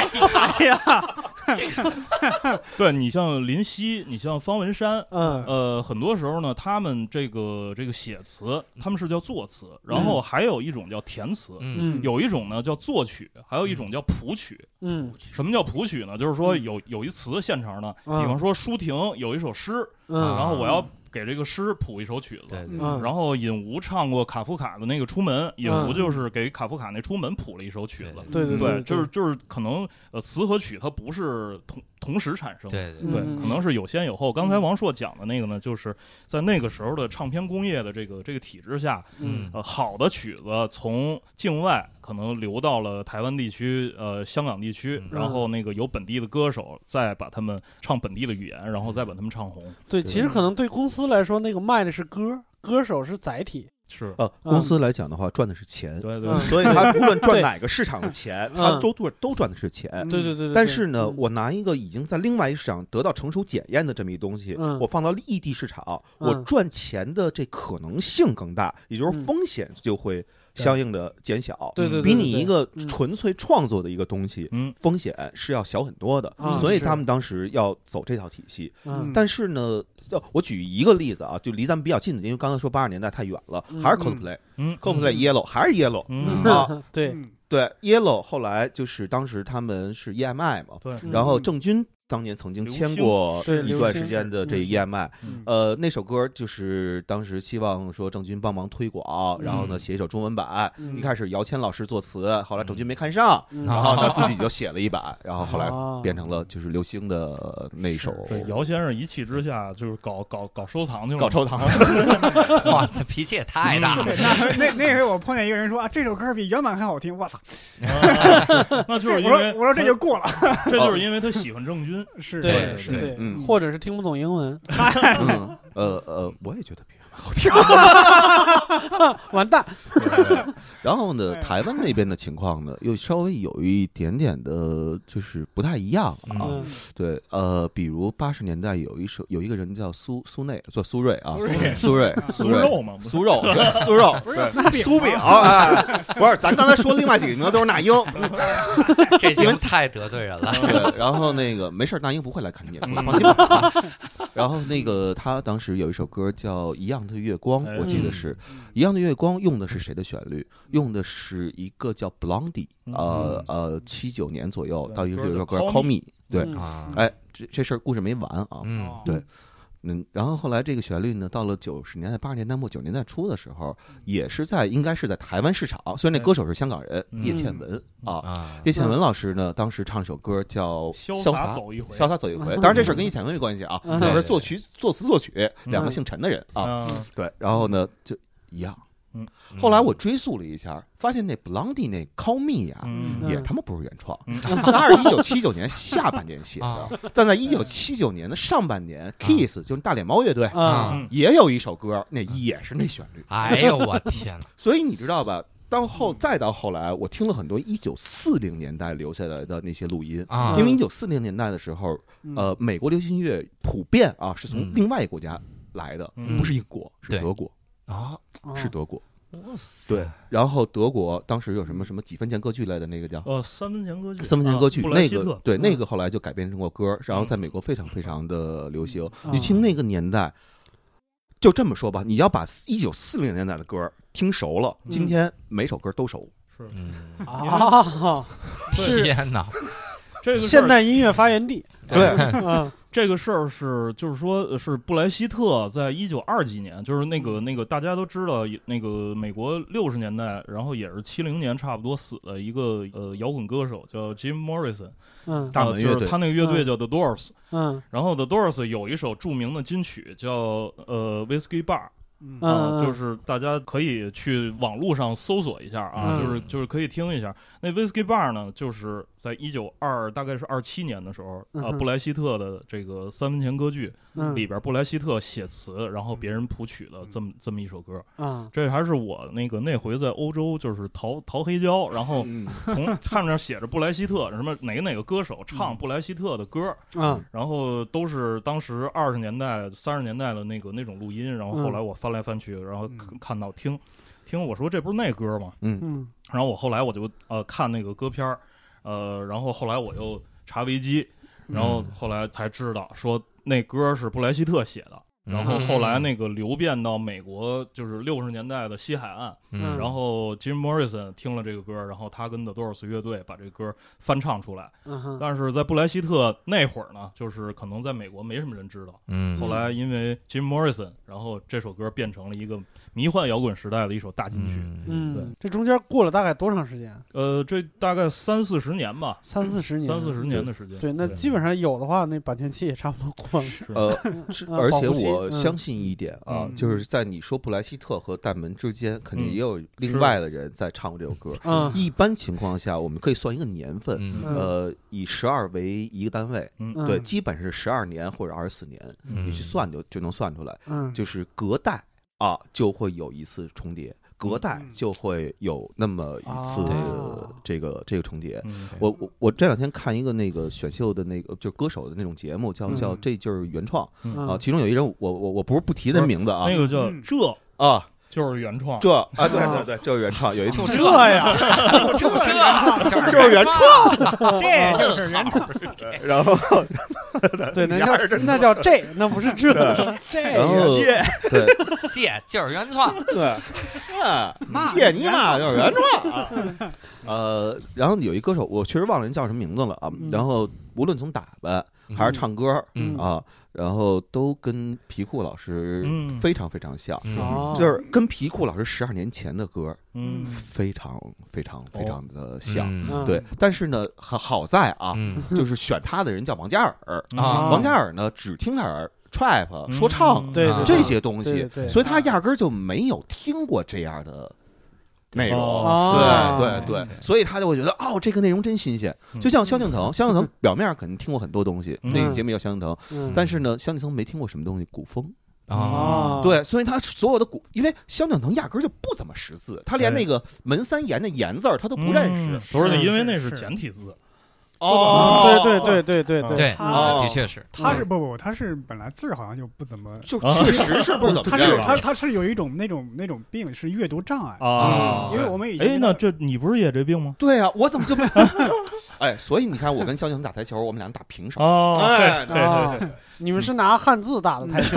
哎呀，
<laughs> 对你像林夕，你像方文山，
嗯
呃，很多时候呢，他们这个这个写词，他们是叫作词，然后还有一种叫填词，
嗯
有一种呢叫作曲，还有一种叫谱曲。
嗯
什么叫谱曲呢？就是说有有一词现成的，比
嗯
方说舒婷有一首诗，
嗯
然后我要给这个诗谱一首曲子。
对对
嗯，
然后尹吾唱过卡夫卡的那个《出门》，尹
嗯
吾就是给卡夫卡那《出门》谱了一首曲子。
对对
对，就是就是可能呃词和曲它不是同同时产生的，
对对
嗯
对
对，可能是有先有后。刚才王硕讲的那个呢，就是在那个时候的唱片工业的这个这个体制下，
嗯
呃，好的曲子从境外可能流到了台湾地区、呃香港地区
嗯，
然后那个有本地的歌手再把他们唱本地的语言，然后再把他们唱红。
对，其实可能对公司来说，那个卖的是歌，歌手是载体。
是，
呃，公司来讲的话，赚的是钱，
对对
嗯
所以他无论赚
对
哪个市场的钱，
嗯
他都赚都赚的是钱。
对对对对。
但是呢，
嗯
我拿一个已经在另外一市场得到成熟检验的这么一东西，
嗯
我放到异地市场，
嗯
我赚钱的这可能性更大，也就是
嗯
风险就会相应的减小。
对对对
比你一个
嗯
纯粹创作的一个东西，
嗯
风险是要小很多的。
啊
所以
是
他们当时要走这套体系。
嗯
但是呢，要我举一个例子啊，就离咱们比较近的，因为刚才说八十年代太远了，
嗯
还是 Coldplay，Coldplay、
嗯
Coldplay Yellow 还是 Yellow。
<laughs>
嗯
啊
对，
嗯
对，Yellow 后来就是当时他们是 EMI 嘛，
对
嗯
然后郑钧当年曾经
流
签
星
过
对
一
流
段
星
时间的
是
这
流星
EMI，
嗯
呃，那首歌就是当时希望说郑钧帮忙推广，然后呢
嗯
写一首中文版。
嗯
一开始姚谦老师作词，后来郑钧没看上，
嗯
然后他自己就写了
<laughs>
一版，然后后来
啊
变成了就是流星的那首。嗯
对，姚先生一气之下就是搞搞搞收藏去了，啊
搞收
<laughs>
藏嗯
哇，他脾气也太大了。
对，那那那回我碰见一个人说啊，这首歌比原版还好听，我操！
啊那就是
这我
因
说
为
我说这就过了，
这就是因为他喜欢
<laughs>
郑钧，
是
对
是
对
嗯
或者是听不懂英文，
嗯，呃呃， <laughs> 我也觉得比原版好听。 <laughs>
完蛋，
然后呢，
哎
台湾那边的情况呢，又稍微有一点点的，就是不太一样啊。
嗯
对，呃，比如八十年代有一首，有一个人叫苏苏内，叫苏芮啊
苏，芮
苏芮，
酥
芮， <laughs>
肉嘛，不是
苏肉，对苏肉，
不是叫
对
苏饼
苏饼，哎，不是，咱刚才说另外几个名字都是那英，嗯
这节目太得罪人了。
<laughs> 对，然后那个没事儿，那英不会来看你演出的，
嗯
放心吧。啊然后那个他当时有一首歌叫《一样的月光》，我记得是《一样的月光》，用的是谁的旋律？用的是一个叫 Blondie，呃呃，七九年左右
对，
到一个
歌
有首
叫
歌
Call
Call Me，对，
嗯
啊，
哎，这这事儿故事没完啊，
嗯，
对嗯，然后后来这个旋律呢，到了九十年代、八十年代末、九十年代初的时候，也是在应该是在台湾市场，虽然那
嗯对
歌手是香港人
嗯
叶倩文啊，
啊，
叶倩文老师呢，当时唱一首歌叫《
潇
潇
洒
洒
走一回，
潇洒走
<laughs>
一回》，当然这事儿跟叶倩文没关系啊，
嗯
两
对
个
对
是作曲、作词、作曲
嗯
两个姓陈的人啊，
啊，
对，然后呢就一样。
嗯
后来我追溯了一下，发现那 Blondie 那 Call Me 呀、
嗯
嗯
也他妈不是原创，
嗯
那是一九七九年下半年
<laughs>
写
啊
的，但在一九七九年的上半
啊
年，Kiss 就是大脸猫乐队
啊，
嗯
也有一首歌，那也是那旋律。
哎呦我天哪！
所以你知道吧？到后再到后来，我听了很多一九四零年代留下来的那些录音。
啊，
因为一九四零年代的时候，呃，美国流行音乐普遍啊是从
嗯
另外一个国家来的，
嗯
不是英国，是
对
德国，
啊，
是德国。
哇塞
对，然后德国当时有什么什么几分钱歌剧类的那个叫
呃，三分钱歌剧，
三分钱歌曲
啊，布莱
那
希
个
特，
对
嗯
那个后来就改编成过歌，然后在美国非常非常的流行。
嗯
你听那个年代，就这么说吧，你要把一九四零年代的歌听熟了，今
嗯
天每首歌都熟。
嗯，
啊，是
天哪！
这个事儿
现代音乐发源地，
<laughs> 对，
嗯
这个事儿是，就是说，呃是布莱希特在一九二几年，就是那
嗯
个那个大家都知道，那个美国六十年代，然后也是七零年差不多死的一个呃摇滚歌手叫 Jim Morrison，
嗯
大门乐队
呃就是他那个乐队叫 The Doors，、
嗯
然后 The Doors 有一首著名的金曲叫呃 Whiskey Bar，
嗯
嗯
啊，就是大家可以去网络上搜索一下啊，
嗯
就是就是可以听一下。那 Whiskey Bar 呢，就是在一九二大概是二七年的时候，
嗯
啊，
哼
布莱希特的这个三分钱歌剧里
嗯
边，布莱希特写词，然后别人谱曲的这么这么一首歌。
嗯
这还是我那个那回在欧洲就是淘淘黑胶，
<laughs>
然后
嗯
从上面写着布莱希特什么哪个哪个歌手唱布莱希特的歌，
嗯
然后都是当时二十年代、三十年代的那个那种录音，然后后来我翻来翻去，然后
嗯
看看到听，听我说这不是那歌吗？
嗯
然后我后来我就呃看那个歌片儿，呃，然后后来我又查维基，然后
嗯
后来才知道说那歌是布莱希特写的。然后
嗯
后来那个流遍到美国，就是六十年代的西海岸。
嗯，
然后 Jim Morrison 听了这个歌，然后他跟 The Doors 乐队把这歌翻唱出来。
嗯哼
但是在布莱希特那会儿呢，就是可能在美国没什么人知道。
嗯，
后来因为 Jim Morrison，然后这首歌变成了一个迷幻摇滚时代的一首大金曲。
嗯，
嗯，这中间过了大概多长时间？
呃，这大概三四十年吧，
三四十年，
三四十年的时间。
对，那基本上有的话，那保鲜期也差不多过了。
呃，
嗯
是
嗯
<laughs> 而
保
且
护期
我
嗯
相信一点啊
嗯，
就是在你说布莱希特和大门之间，肯定
嗯
也有另
是
外的人在唱过这首歌。
嗯
一般情况下，我们可以算一个年份，
嗯，
嗯
呃，以十二为一个单位，
嗯
嗯
对，基本是十二年或者二十四年，
嗯
你去算就就能算出来。
嗯，
就是隔代啊，就会有一次重叠，隔代
嗯
就会有那么一次
哦
这个这个重叠。
嗯，
我我我这两天看一个那个选秀的那个就是歌手的那种节目，叫
嗯
叫这就是原创
嗯
啊，其中有一人我我我不是不提他名字啊
那个叫
嗯
这
啊，
就是原创。
这啊对对对，这是原创，有一
就
次
这呀，就这，
就是原创，
<laughs> 创，这就是原创，
<laughs> 然后
对，
<laughs>
那
样儿
叫
这
那叫这，那不是这
然
这。
后
借
对
借就是原创，
对，啊
骂
借你妈就是原创啊。呃，然后有一歌手，我确实忘了人叫什么名字了啊。
嗯
然后无论从打扮还是唱歌
嗯
啊，然后都跟皮裤老师
嗯
非常非常像，
<laughs> 嗯
哦，
就是跟皮裤老师十二年前的歌
嗯
非常非常非常的像。
像
对，但是呢，好好在啊，
嗯
就是选他的人叫王嘉尔，
哦
啊
王嘉尔呢只听点儿
嗯
trap 说唱
对
啊
对
这些东
对
西
对，对
所以他压根儿就没有听过这样的内容。
哦
对对对，所以他就会觉得哦，这个内容真新鲜。
嗯
就像萧敬腾，萧敬腾表面上肯定听过很多东西，
嗯
那个节目叫萧敬腾，
嗯
但是呢，萧敬腾没听过什么东西，古风。
啊
哦，
嗯对，所以他所有的古，因为萧敬腾压根儿就不怎么识字，他连
哎
那个门三言的言字儿他都不认
嗯
识。
嗯不是
是
因为那是
是是
简体字，
哦，对对对对啊对
对，
哦
的确是，
他是不不，他是本来字儿好像就不怎么，
就
啊
确实是不怎么
他
认
是
识。
他他是有一种那种那种病是阅读障碍
啊
嗯因为我们以前
哎，那这你不是也这病吗？
<laughs> 对啊，我怎么就没？哎，所以你看，我跟萧敬腾打台球，我们俩打平手。
哦，
哎，
对对对
啊，你们是拿汉字打的
嗯
台
<laughs>
球？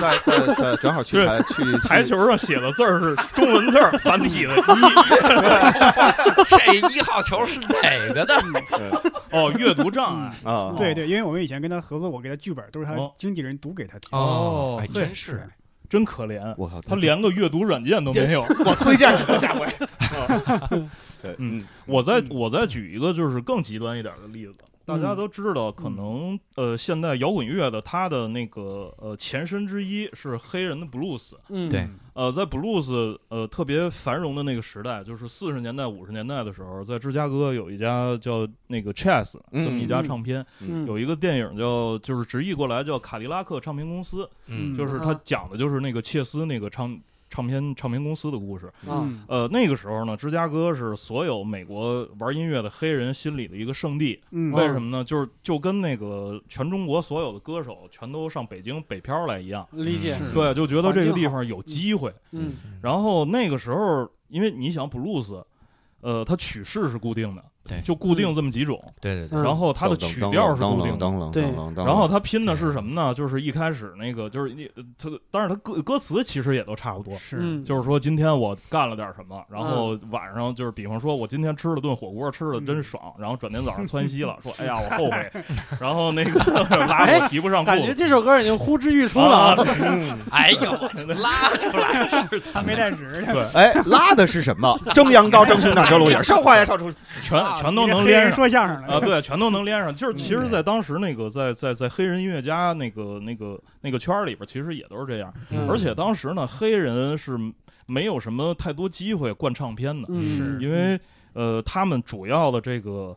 在在在，正好去台去去
台球上写的字
<laughs>
儿是中文字儿，繁体的一
嗯这一号球是哪个的？
哦，阅读障碍。
啊，
对对，因为我们以前跟他合作，我给他剧本都是他
哦
经纪人读给他听。
哦，还
对
真是，
真可怜，
我靠，
<laughs> 他连个阅读软件都没有。
我推荐哦你下回。对，
嗯， <laughs> 我再我再举一个就是更极端一点的例子，大家
嗯
都知道，可能呃，现代摇滚乐的它的那个呃前身之一是黑人的 blues。
嗯，
对
呃，在 blues 呃特别繁荣的那个时代，就是四十年代五十年代的时候，在芝加哥有一家叫那个 Chess
嗯
这么一家唱片，
嗯，
有一个电影叫就是直译过来叫卡迪拉克唱片公司，
嗯
就是
嗯
它讲的就是那个切斯那个唱唱片唱片公司的故事。
啊，
嗯
呃，那个时候呢，芝加哥是所有美国玩音乐的黑人心里的一个圣地。
嗯，
为什么呢？就是就跟那个全中国所有的歌手全都上北京北漂来一样，
啊理解。
嗯
是
对，就觉得这个地方有机会。
嗯
然后那个时候，因为你想布鲁斯，呃，它曲式是固定的，
对
就固定这么几种，
对对对，
嗯
然后它的曲调是固定的。
当啷
对
然后它拼的是什么呢？就是一开始那个，就是一它，但是它歌歌词其实也都差不多，
是
嗯，
就是说今天我干了点什么，然后晚上就是比方说我今天吃了顿火锅，吃的真爽，
嗯
然后转天早上窜稀了，
<laughs>
说哎呀我后悔，然后那个拉
哎
我提不上裤
感觉
子。
这首歌已经呼之欲出了啊。
哎呦，我 <laughs> 去拉出来是
他
怎么
没
<laughs>
带纸，
哎，拉的是什么？蒸羊羔、蒸熊掌、蒸鹿眼，上花样，上出
全
啊
全都能
黑
连
人
上
说相声
啊，
了。
对，全都能连上。就是其实，
对
在当时那个在在在黑人音乐家那个那个那个圈儿里边，其实也都是这样。
嗯
而且当时呢，黑人是没有什么太多机会灌唱片的，
嗯
是
因为呃，他们主要的这个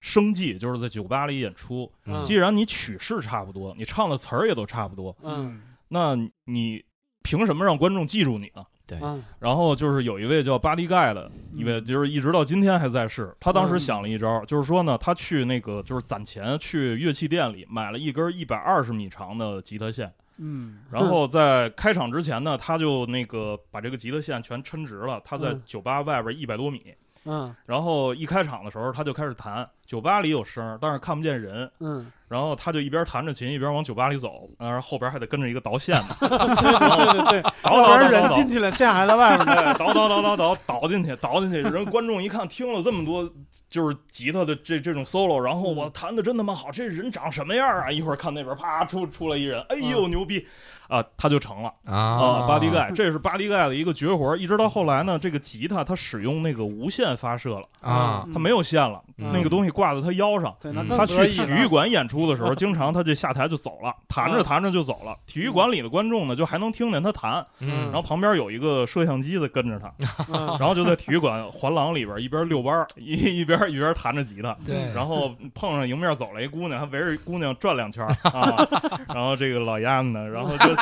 生计就是在酒吧里演出。
嗯
既然你曲式差不多，你唱的词儿也都差不多，
嗯
那你凭什么让观众记住你呢？
嗯
然后就是有一位叫巴蒂盖的一位，就是一直到今天还在世。他当时想了一招，就是说呢，他去那个就是攒钱去乐器店里买了一根一百二十米长的吉他线，
嗯，
然后在开场之前呢，他就那个把这个吉他线全抻直了，他在
嗯
酒吧外边一百多米。
嗯
然后一开场的时候，他就开始弹，酒吧里有声儿，但是看不见人。
嗯，
然后他就一边弹着琴一边往酒吧里走，啊然后后边还得跟着一个导线 <laughs> 的，
对对对对，要
倒
不
倒
然
倒
人
倒
进去了，线还在
<laughs>
外面呢。
倒，倒倒倒倒倒倒进去，倒进去。人观众一看听了这么多就是吉他的这这种 solo，然后我弹的真他妈好，这人长什么样啊？一会儿看那边啪出出来一人，哎呦牛逼啊，他就成了啊，
啊
巴蒂盖，这是巴蒂盖的一个绝活。一直到后来呢，这个吉他它使用那个无线发射了，
啊，
它没有线了，
嗯
那个东西挂在他腰上。
对，那
嗯
更
他
得
去
意
体
了
育馆演出的时候，经常他就下台就走了，弹着弹着就走了。体育馆里的观众呢，就还能听见他弹，
嗯
然后旁边有一个摄像机在跟着他，
<laughs>
嗯
然后就在体育馆环廊里边一边遛弯儿一一边一边弹着吉他。
对，
<laughs> 然后碰上迎面走来一姑娘，还围着姑娘转两
<laughs>
圈儿啊，然后这个老鸭子呢，然后就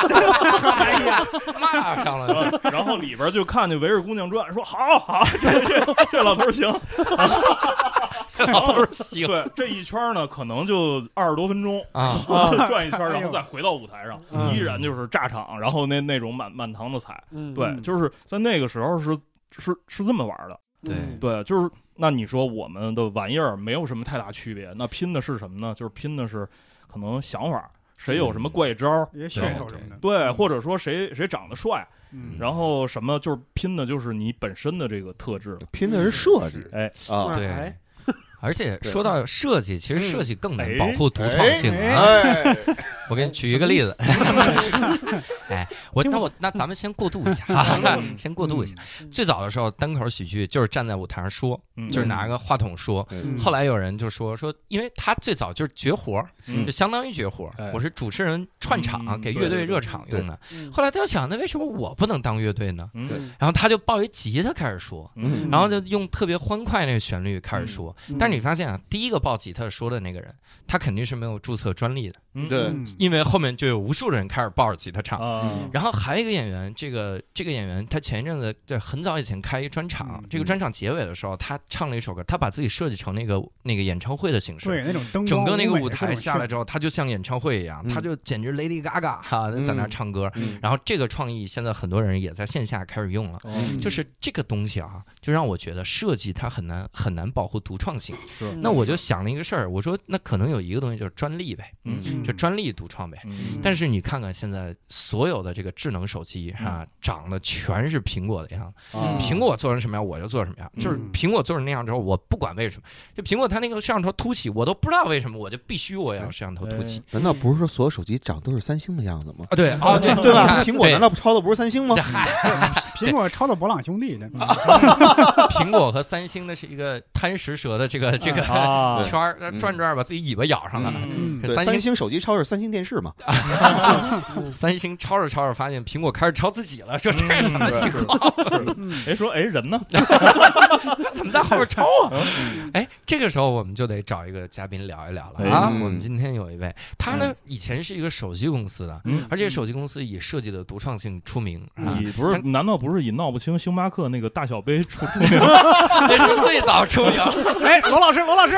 骂上了，
然后然后里边就看见围着姑娘转，说好好，这这这老头
<laughs>
儿行，
都是喜欢
对，这一圈儿呢，可能就二十多分钟，
啊，
转一圈儿，然后再回到舞台上，
嗯
依然就是炸场，然后那那种满满堂的彩。
嗯
对，就是在那个时候是是是这么玩的。
对
嗯
<laughs>
对，就是那你说我们的玩意儿没有什么太大区别，那拼的是什么呢？就是拼的是可能想法，谁有
嗯
什么怪招儿，
也噱头什么的。
对，或者说谁谁长得帅，
嗯，
然后什么就是拼的就是你本身的这个特质了。
拼的是设计
哎，
啊，
对
哎。
<laughs> 而且
对
说到设计，其实设计更难
哎
保护独创性
哎
啊！
哎，
我给你举一个例子，哎， <laughs> 我那我那咱们先过渡
<laughs>
一下啊，<laughs>
嗯
先过渡一下。最早的时候，单口喜剧就是站在舞台上说，
嗯
就是拿个话筒说。
嗯
后来有人就说说，因为他最早就是绝活儿，
嗯
就相当于绝活儿。
哎
我是主持人串场、
嗯
给
对
乐队
对对
热场用的。
嗯
后来他就想，那为什么我不能当乐队呢？
嗯
对
然后他就抱一吉他开始说，
嗯
嗯
然后就用特别欢快那个旋律开始说。但是你发现啊，第一个报吉他说的那个人，他肯定是没有注册专利的，
嗯
对
嗯
因为后面就有无数人开始抱着吉他唱。
啊，
然后还有一个演员，这个这个演员，他前一阵子在很早以前开一专场
嗯，
这个专场结尾的时候，他唱了一首歌，他把自己设计成那个那个演唱会的形式。
对那种灯光
整个那个
舞美
舞台下来
各种
之后，他就像演唱会一样，
嗯
他就简直 Lady Gaga 哈，在那儿
嗯
唱歌。
嗯
然后这个创意现在很多人也在线下开始用了，
哦
嗯
就是这个东西啊，就让我觉得设计它很难很难保护独创性。
是
那我就想了一个事儿，我说那可能有一个东西就是专利呗，
嗯
嗯
就专利独创呗。
嗯
但是你看看现在所有的这个智能手机啊，长得全是苹果的样子，
啊
苹果做成什么样我就做成什么样，就是
嗯
苹果做成那样之后，我不管为什么，就苹果它那个摄像头凸起，我都不知道为什么，我就必须我要摄像头凸起
哎
难道不是说所有手机长都是三星的样子吗？
啊，对啊 <laughs> 对
对吧？
你看
苹果
对
难道抄的不是三星吗
对？嗨，
苹果抄到勃朗兄弟的，
啊
苹果和三星的是一个贪食蛇的这个这个 <laughs>
啊，
圈儿
嗯
转转，把自己尾巴咬上了。
嗯
这
对，
三
三星手机抄的是三星电视嘛？嗯
三星抄着抄着，发现苹果开始抄自己了，说
嗯
<laughs> 这是什
嗯
么情况？
嗯
哎说哎人呢？
怎么在后边抄啊？哎，这个时候我们就得找一个嘉宾聊一聊了啊！
嗯哎嗯
我们今天有一位，他呢以前是一个手机公司的，
嗯
而且手机公司以设计的独创性出名啊，
嗯
你不是难道不是以闹不清星巴克那个大小杯
<laughs>
出出名？
这是最早出
<laughs>
名的。
哎，罗老师，罗老师，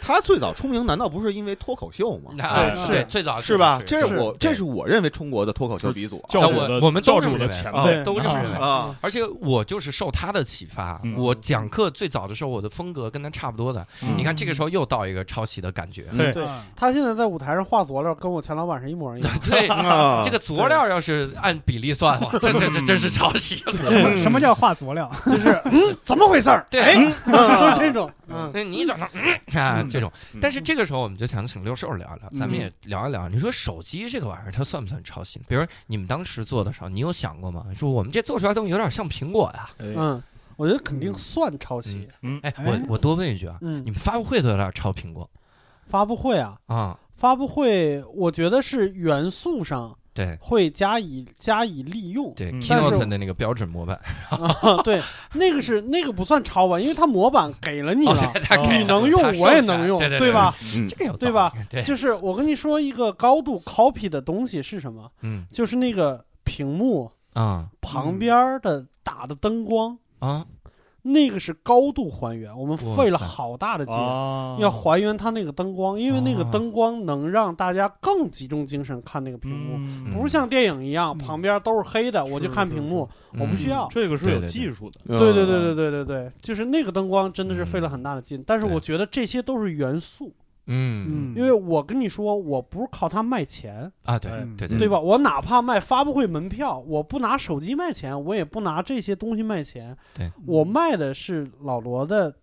他最早出名难道不是因为脱口秀吗？
啊
是
对最早
是吧？这
是
是我这是我认为中国的脱口秀鼻祖啊
教
那
主
我
的
我们都
教
这么
主的
认为
前
啊
辈
都这么认为。
啊！
而且我就是受他的启发，
嗯
我讲课最早的时候，我的风格跟他差不多的。
嗯
你看这个时候又到一个抄袭的感觉，
嗯
对
对他现在在舞台上画佐料，跟我前老板是一模一样。
<laughs> 对，
啊
这个佐料要是按比例算，
<laughs>
哇，这这这真是抄袭了。
什么什么叫画
<laughs>
佐料？
嗯
<laughs> 怎么回
<laughs>
事儿？
对
哎，
啊
<laughs>
这种，嗯，
那你一转头，嗯啊，这种
嗯。
但是这个时候，我们就想请六兽聊聊，咱们
嗯
也聊一聊。你说手机这个玩意儿，它算不算抄袭？比如你们当时做的时候，你有想过吗？说我们这做出来东西有点像苹果呀？
嗯，我觉得肯定算抄袭。
哎，
哎
我我多问一句啊，
嗯
你，们发布会都有点抄苹果
发布会啊，
啊？
发布会，我觉得是元素上
对
会加以加以利用。
对
嗯
但是
，Keynote 的那个标准模板，
啊，对，那个是那个不算抄吧，因为它模板给了你
哦
了，
对它给
你能用
它授
我也
权
能用，
对对
吧？？
嗯
这个有道理
对吧？
对，
就是我跟你说一个高度 copy 的东西是什么，
嗯
就是那个屏幕
啊
旁边儿的打的灯光，
啊，
那个是高度还原，我们
哇
费了
塞
好大的劲。
啊
要还原它那个灯光，因为那个
哦
灯光能让大家更集中精神看那个屏幕，
嗯
不是像电影一样、
嗯
旁边都是黑的，我就是看
是
屏幕，
嗯
我不需要。
这个是
对
有
对对
技术的，
啊
对对对对对对对，就是那个灯光真的是
嗯
费了很大的劲，但是
对
我觉得这些都是元素，
嗯
嗯，
因为我跟你说，我不是靠它卖钱，
啊，对
哎
对
嗯
对
对吧？我哪怕卖发布会门票，我不拿手机卖钱，我也不拿这些东西卖钱，
对
我卖的是老罗的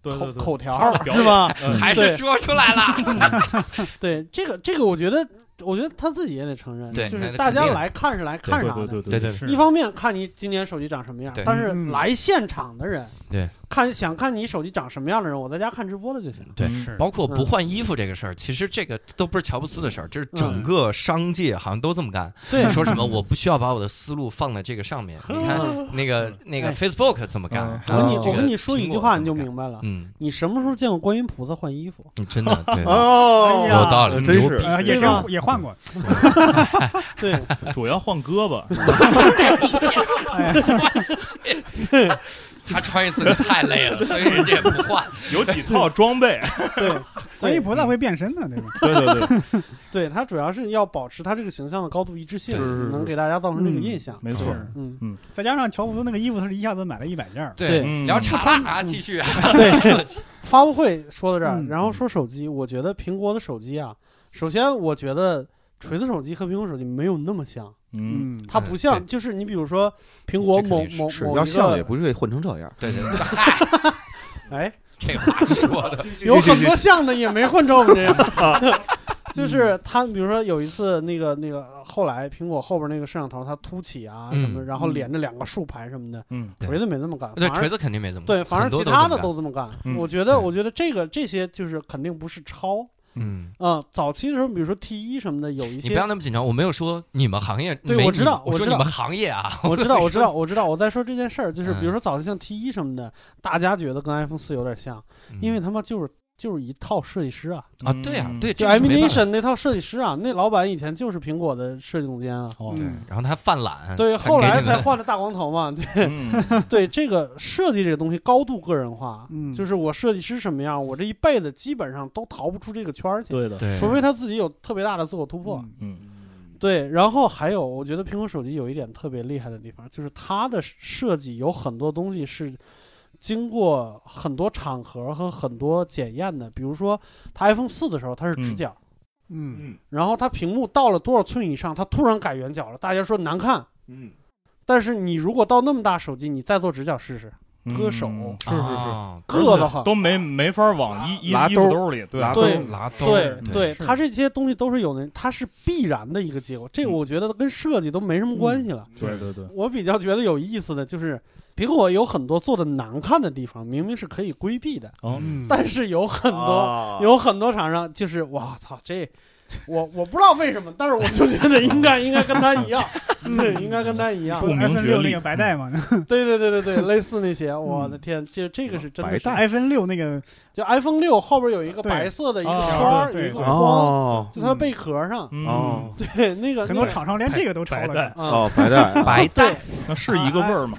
对
口
对对，
口条
他
儿
的，表演
是吧？
嗯
还是
对
说出来了。
<laughs> 对这个这个，我觉得我觉得他自己也得承认，
对
就
那
是
那
大
肯
家
定
来看是来看啥
对
的
对，
对对
对
对
是
一方面看你今年手机长什么样
对，
但是
嗯
来现场的人
对
看想看你手机长什么样的人，我在家看直播的就行了。
对
嗯
包括不换衣服这个事儿，其实这个都不是乔布斯的事儿，这是
嗯
整个商界好像都这么干。
对，
说什么我不需要把我的思路放在这个上面，你看那个那个
哎
Facebook 这么干
嗯，
然
我
后
跟你
这个
我跟你说一句话，你就
苹果这么干。
明白了。
嗯，
你什么时候见过观音菩萨换衣服？
你真的
<laughs>
对，
啊
有
哦
哎呀
道理，
真
牛
是
逼
呃也
这
真也换过，
对，
主要换胳膊，
他穿一次太累了，所以人家也不换。
有几套装备，
对，
所以
对，
嗯
不太会变身的，对吧？
对对对，
对，他主要是要保持他这个形象的高度一致性
是是，是
能给大家造成这个印象。
<laughs> 没错，
是
嗯，
再加上乔布斯那个衣服，他是一下子买了一百件
<laughs>
儿，
对，
嗯
聊岔了啊，继续啊。
<laughs> 对，发布会说到这儿，
嗯
然后说手机，我觉得苹果的手机啊，首先我觉得锤子手机和苹果手机没有那么像，
嗯，
嗯，
它不像，就是你比如说苹果
这
某
肯定是
某
是
某
要
一
像
个
也不是混成这样。
对对对， <laughs> 嗨，
哎，
这话说的，
有很多像的也没混成我们这样。 <laughs> 就是他，比如说有一次那个那个后来苹果后边那个摄像头它凸起啊什么，
嗯
然后连着两个竖排什么的，
嗯
对
锤子没这么干，
<laughs> 对
反而
锤子肯定没这么干，
对，反
嗯很
正
多
其他
这
的
么
都这么干。
嗯
我觉
对
得，我觉得这个这些就是肯定不是抄。
干嗯。
嗯，早期的时候，比如说 T 一什么的，有一
你不
些
要那么紧张，我没有说你们行业，
对
没
我知道
你
我
我说
知道
你们行业啊，<laughs>
我知道，我知道，我知道。我在说这件事儿，就是
嗯
比如说早期像 T 一什么的，大家觉得跟 iPhone 四有点像，
嗯
因为他妈就是就是一套设计师啊，
啊，对啊，对，
就
这个是没办法
Ambition 那套设计师啊，那老板以前就是苹果的设计总监啊。
哦，
对，然后他犯懒，
对，
他给
后来
你
才
们
换了大光头嘛。 <laughs> 对
嗯
对，这个设计这个东西高度个人化，
嗯
就是我设计师什么样，我这一辈子基本上都逃不出这个圈儿去。
<laughs>
对的，
对，
除非他自己有特别大的自我突破。
嗯
嗯
对，然后还有，我觉得苹果手机有一点特别厉害的地方，就是它的设计有很多东西是经过很多场合和很多检验的。比如说，它 iPhone 四的时候它是直角，
嗯
嗯
然后它屏幕到了多少寸以上，它突然改圆角了，大家说难看。
嗯，
但是你如果到那么大手机，你再做直角试试，
嗯
割手
是是是，
哦
硌得慌。
啊都没没法往衣衣
拉
衣服
兜
兜里，对
拉
兜对
拉兜
对
儿，
对，
是
它这些东西都是有那，它是必然的一个结果。这个我觉得跟设计都没什么关系了。
对对对，
我比较觉得有意思的就是，苹果有很多做的难看的地方，明明是可以规避的，
哦，
嗯，
但是有很多、
啊
有很多厂商就是，哇操，这我我不知道为什么，但是我就觉得应
<laughs>
该应该跟他一样，
嗯
对，应该跟他一样
说，
不明
iPhone
觉
六
厉嗯
那个白带嘛
<laughs>
对对对对
<laughs>
对，类似那些，我
嗯
的天，这这个是真的是，
，iPhone 六那个
就 iPhone 六后边有一个
对
白色的一个
啊
圈儿，有一
对
个
对
框，
哦
就它的贝壳上，
哦
嗯，
对，那个
很
那
多
个
厂商连这个都抄
白
了
带，
啊，
哦，白带啊
白
对
带，
那是一个味儿吗？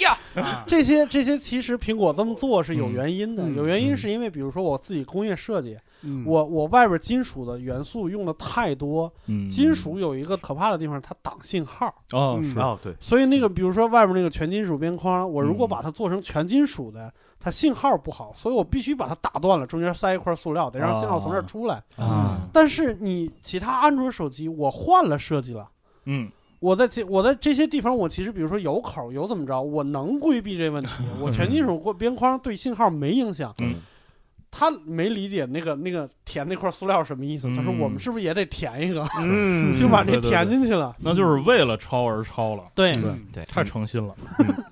呀，
啊
这些这些其实苹果这么做是有原因的，
嗯
有原因是因为比如说我自己工业设计，
嗯
我我外边金属的元素用的太多，
嗯
金属有一个可怕的地方，它挡信号，
哦
嗯
是
哦，对，
所以那个比如说外面那个全金属边框，我如果
嗯
把它做成全金属的，它信号不好，所以我必须把它打断了，中间塞一块塑料，得让信号从这儿出来。
啊，
但是你其他安卓手机，我换了设计了。
嗯
我在其我在这些地方，我其实比如说有口有怎么着，我能规避这问题。我全金属过边框对信号没影响。
嗯
他没理解那个那个填那块塑料什么意思，他说
嗯
我们是不是也得填一个，
嗯
就把这
对对
填进去了。
那就是为了抄而抄了，嗯
对
对
对，
太诚心了，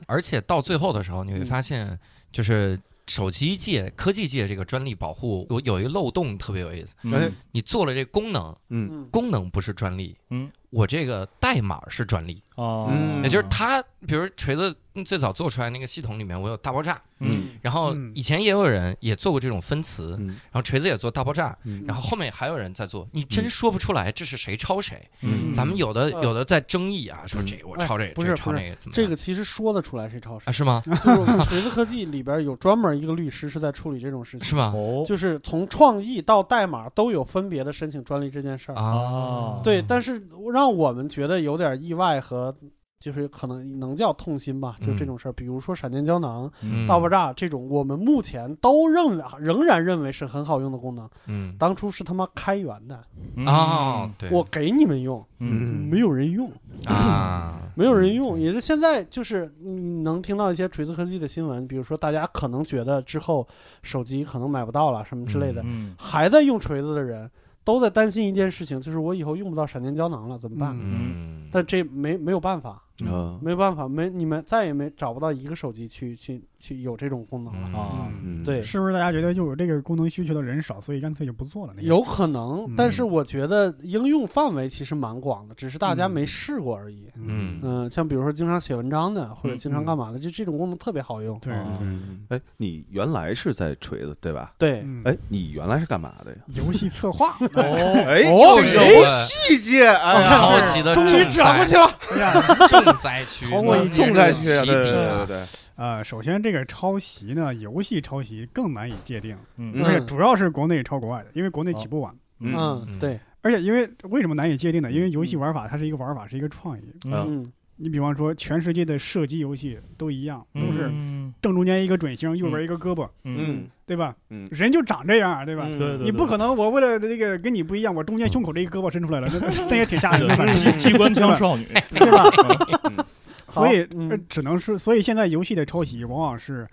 而且到最后的时候，你
嗯
会发现，就是手机界、科技界这个专利保护有有一漏洞，特别有意思。
哎
嗯
你做了这功能，
嗯
嗯，
功能不是专利，
嗯，
我这个代码是专利，
哦，
嗯
也就是它，比如锤子最早做出来那个系统里面，我有大爆炸，
嗯
然后
嗯
以前也有人也做过这种分词，
嗯
然后锤子也做大爆炸，
嗯
然后后面还有人在做，你真说不出来这是谁抄谁。
嗯
咱们有的
嗯
有的在争议啊，说这个我抄这
哎
个，
不
这
是
个抄
不是
那个，怎么
这
样
个其实说得出来谁抄谁
<laughs> 啊，是吗？
就是锤子科技里边有专门一个律师是在处理这种事
是
情，
吗？
哦
就是从创意到代码都有分别的申请专利这件事儿。
啊，
哦对，但是让我们觉得有点意外和就是可能能叫痛心吧，就这种事儿，比如说闪电胶囊、
嗯
大爆炸这种，我们目前都认为仍然认为是很好用的功能，
嗯
当初是他妈开源的，
哦，，对，
我给你们用，
嗯
没有人用，
啊，
没有人用，也是现在就是你能听到一些锤子科技的新闻，比如说大家可能觉得之后手机可能买不到了什么之类的，
嗯
还在用锤子的人都在担心一件事情，就是我以后用不到闪电胶囊了怎么办？
嗯
嗯，
但这没没有办法，
啊
没有办法，没你们再也没找不到一个手机去去去有这种功能了。
嗯
啊，
嗯
对，
是不是大家觉得就有这个功能需求的人少，所以干脆就不做了？那个
有可能
嗯，
但是我觉得应用范围其实蛮广的，只是大家
嗯
没试过而已。
嗯
嗯，像比如说经常写文章的，或者经常干嘛的，就这种功能特别好用。
对
啊
嗯哎，你原来是在锤子对吧？
对，哦
嗯
哎，你原来是干嘛的呀？
游戏策划， <laughs>
哦，
哎
这
哦
是
游
我
戏界，哎呀，
哦
抄袭的
终于指望不起
了，
了。
哎呀，
重
<laughs>
灾区，
逃过一劫
重灾区啊，对对
对
对对对，
呃，首先这个抄袭呢，游戏抄袭更难以界定，
嗯
而且主要是国内抄国外的，因为国内起步晚。
嗯
嗯，对，
而且，因为为什么难以界定呢？因为游戏玩法它是一个玩法，是一个创意。
嗯
嗯
你比方说，全世界的射击游戏都一样，都是正中间一个准星，右边一个胳膊，
嗯，
对吧？
嗯
人就长这样，对吧？
嗯
对对，
你不可能，我为了那个跟你不一样，我中间胸口这一胳膊伸出来了，那那也挺吓人的，反
对
正
机机关枪少女，
对吧？
好
所以、
嗯
呃只能是，所以现在游戏的抄袭往往是